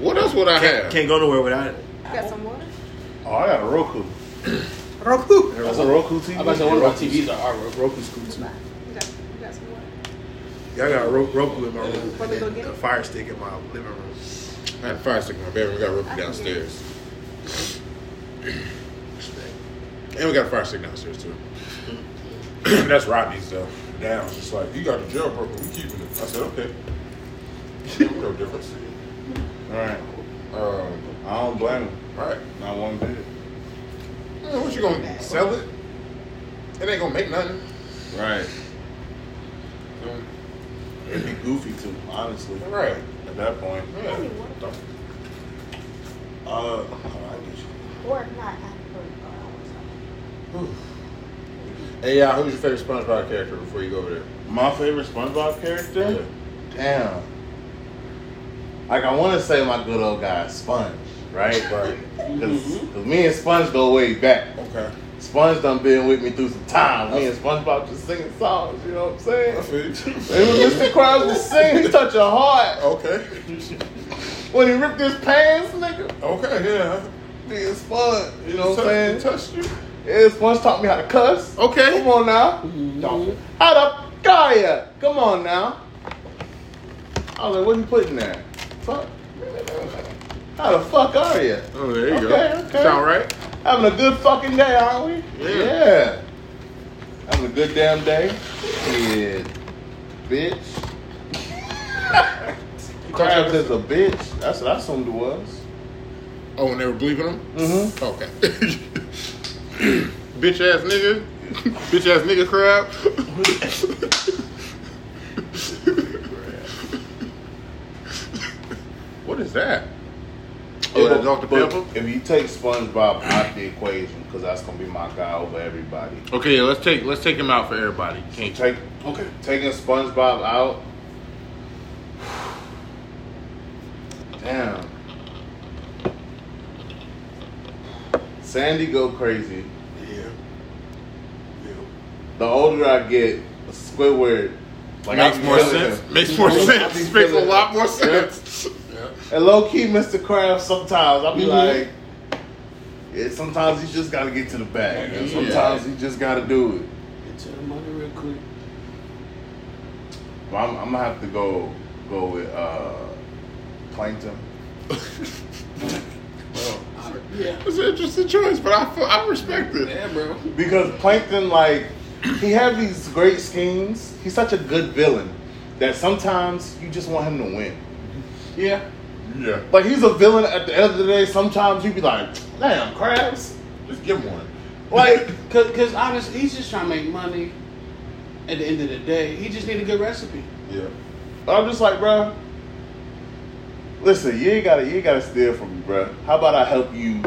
A: What else would I have?
C: Can't go nowhere without it.
D: You got some water?
F: Oh, I got a Roku.
D: Roku. You
F: That's a Roku TV.
G: I'm about to say, one of our TVs are our
C: Roku school too.
D: got, you got some water?
C: Y'all got Ro- Roku in my room.
D: Probably go
C: And
D: get
C: a
D: it.
C: fire stick in my living room.
A: I had a Fire Stick in my bedroom. We got Roku
D: I can get
A: downstairs, and we got a Fire Stick downstairs too. *clears throat* That's Rodney's though.
B: Down, just like you got the jailbroken. We keeping it. I said
A: *laughs*
B: okay. no difference.
F: All right.
B: Um,
F: I don't blame him.
B: right.
F: Not one bit.
A: Man, what you gonna sell it? It ain't gonna make nothing.
F: Right. It'd be goofy too, honestly.
A: All right.
F: At that point.
A: Yeah.
F: Uh, I get you.
E: Or not. I-
A: Hey, y'all, who's your favorite SpongeBob character before you go over there?
F: My favorite SpongeBob character? Damn. Like I want to say my good old guy Sponge, right?
A: *laughs*
F: But because me and Sponge go way back.
B: Okay.
F: Sponge done been with me through some time. Me and SpongeBob just singing songs. You know what I'm saying?
B: I feel you.
A: *laughs*
F: And when Mr. Krabs was singing, he touched your heart.
B: Okay.
F: When he ripped his pants, nigga,
B: Okay. Yeah.
F: being Sponge. You know what I'm
B: Touch-
F: saying?
B: Touched you.
F: Yeah, Sponge taught me how to cuss.
A: Okay.
F: Come on now. How the f- are ya? Come on now. I was like, what you putting there? Fuck. How the fuck are you?
A: Oh, there you
F: Okay, okay.
A: Sound right?
F: Having a good fucking day, aren't we?
A: Yeah.
F: Having a good damn day. Shit. Bitch. Crabs is a bitch. That's what I assumed it was.
A: Oh, and they were bleeping him?
F: Mm-hmm.
A: Okay. *laughs* bitch ass nigga, *laughs* bitch ass nigga crab. *laughs* what is that? Oh, the Dr.
F: But
A: Pepper.
F: if you take SpongeBob out the equation, because that's gonna be my guy over everybody.
A: Okay, yeah, let's take let's take him out for everybody. Can't
F: Take
G: Okay.
F: taking SpongeBob out. Damn. Sandy go crazy.
B: Yeah.
F: The older I get, Squidward like
A: makes
F: I'm
A: more
F: feeling
A: sense. *laughs*
F: him.
A: Makes more
F: I be
A: sense. Makes a
F: feeling
A: lot
F: him.
A: more
F: Yeah.
A: sense.
B: Yeah.
F: And low key, Mr. Krabs, sometimes I'll be
A: Mm-hmm.
G: Mhm.
F: like, yeah, sometimes you just gotta get to the bag. And sometimes you just gotta do it.
G: Get to the money real quick.
F: But I'm, I'm gonna have to go go with uh, Plankton.
G: Yeah.
A: It's an interesting choice, but I feel, I respect it.
G: Yeah, bro.
F: Because Plankton, like, he had these great schemes. He's such a good villain that sometimes you just want him to win.
G: Yeah.
A: Yeah,
F: Like, he's a villain at the end of the day. Sometimes you be like, damn, Krabs.
A: just give him one.
G: Like, cause, cause honestly, he's just trying to make money. At the end of the day, he just need a good recipe.
B: Yeah.
F: But I'm just like, bruh, listen, you ain't gotta, you ain't gotta steal from me, bruh. How about I help you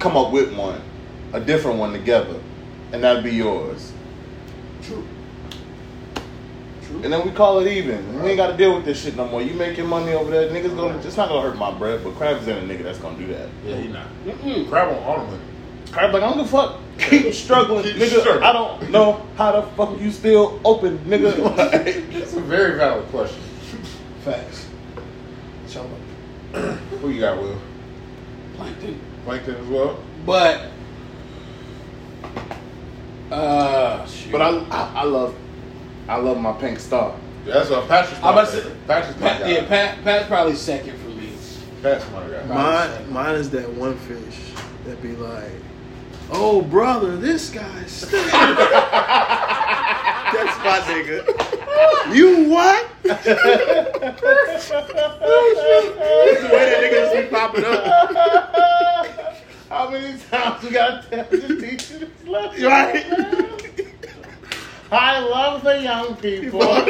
F: come up with one, a different one together, and that'd be yours.
G: True. True.
F: And then we call it even. We ain't gotta deal with this shit no more. You making money over there, niggas gonna, it's not gonna hurt my bread, but Krabs ain't a nigga that's gonna do that.
A: Yeah, he not.
G: Mm-mm.
A: Grab on all of it.
F: Crab like I don't give
A: *laughs*
F: a fuck. Keep struggling,
A: Keep
F: nigga.
A: struggling.
F: I don't know how the fuck you still
A: *laughs*
F: open, nigga. Like,
A: That's a very valid question.
G: *laughs*
B: Facts. Chumba.
A: *clears throat* Who you got, Will?
G: Plankton.
A: Plankton as well.
G: But uh, shoot.
F: but I, I, I love, I love my pink star.
A: That's a Patrick's
G: I'm
A: my
G: about to say-
A: favorite. Patrick's my
G: Pat,
A: guy.
G: yeah, Pat, Pat's probably second for me.
A: Pat's my guy.
C: Mine, mine is that one fish that be like, "Oh brother, this guy stinks." *laughs* That's my nigga. You what? the way that niggas be popping up,
F: *laughs* How many times we gotta tell this teacher this lesson?
C: right?
F: I love the young people. oh,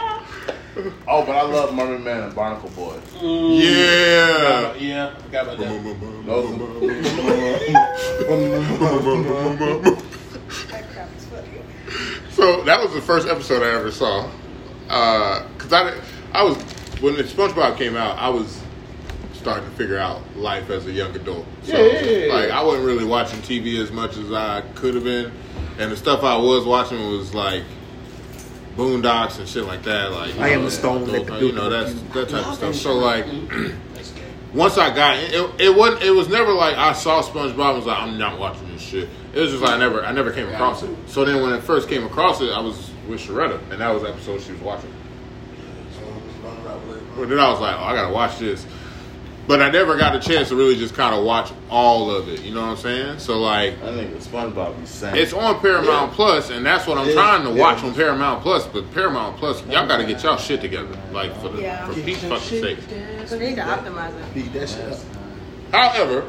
G: *laughs*
A: Oh,
F: but I love Mermaid Man and Barnacle Boy.
A: Mm. Yeah.
G: Uh, *laughs* yeah, I forgot about that. *laughs*
D: That crap is funny.
A: so that was the first episode I ever saw. Uh, Cause I, didn't- I was when the SpongeBob came out, I was starting to figure out life as a young adult. So
F: Yeah, yeah, yeah.
A: like I wasn't really watching TV as much as I could have been, and the stuff I was watching was like Boondocks and shit like that. Like you
C: I am
A: know,
C: the stone that
A: adult-
C: could do
A: you know
C: the-
A: that's that type of stuff. So like.
G: That's gay.
A: once I got it, it, it wasn't. It was never like I saw SpongeBob and was like, I'm not watching this shit. It was just like I never, I never came across it. So then when I first came across it, I was with Sharetta, and that was the episode she was watching. But then I was like, oh, I gotta watch this. But I never got a chance to really just kind of watch all of it. You know what I'm saying? So like,
F: That nigga SpongeBob be saying.
A: it's on Paramount Plus, and that's what I'm
B: Yeah.
A: trying to
B: Yeah.
A: watch on Paramount Plus. But Paramount Plus, y'all gotta get y'all shit together, like for the
D: Yeah.
A: for Pete's fucking sake.
D: So they need to optimize it.
B: Beat that shit up.
A: However,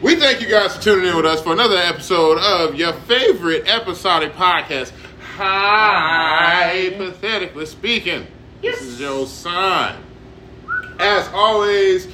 A: we thank you guys for tuning in with us for another episode of your favorite episodic podcast, Hypothetically Speaking. This is your son. As always,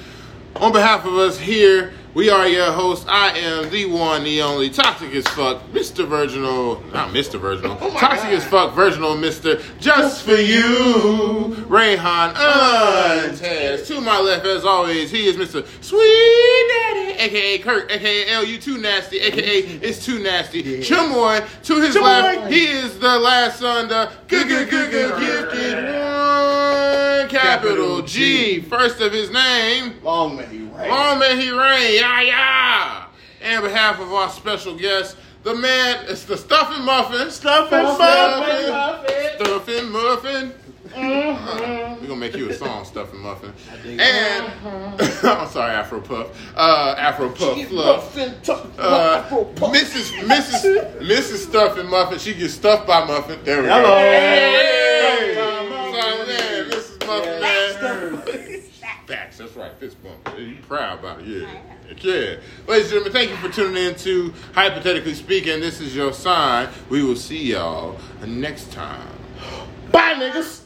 A: on behalf of us here, we are your hosts. I am the one, the only, toxic as fuck, Mr. Virginal, not Mr. Virginal, toxic as fuck, virginal Mr. Just, for you, Rayhan Untaz. To my left, as always, he is Mr. Sweet Daddy, aka Kurt, aka LU Too Nasty, aka It's Too Nasty. Chamoy, to his left, he is the last son, the good, good, good, good, gifted one, capital G, first of his name.
F: long may he reign.
A: Long may he reign, yah yah. And on behalf of our special guest, the man, it's the stuffing muffin, stuffing
F: Muffin,
A: stuffing muffin. We're gonna make you a song, stuffing muffin. And *coughs* I'm sorry, Afro Puff, uh, Afro Puff Fluff. Uh, Mrs. Mrs. Mrs. Stuffing Muffin, she gets stuffed by Muffin. There we
F: Hello.
A: go. Hey.
F: Stuffed by Muffin.
A: So, man, Mrs. Muffin, man. Facts, that's right. right, fist bump. You proud about it, yeah.
E: I
A: Yeah. Ladies and gentlemen, thank you for tuning in to Hypothetically Speaking. This is your sign. We will see y'all next time.
F: Bye, niggas.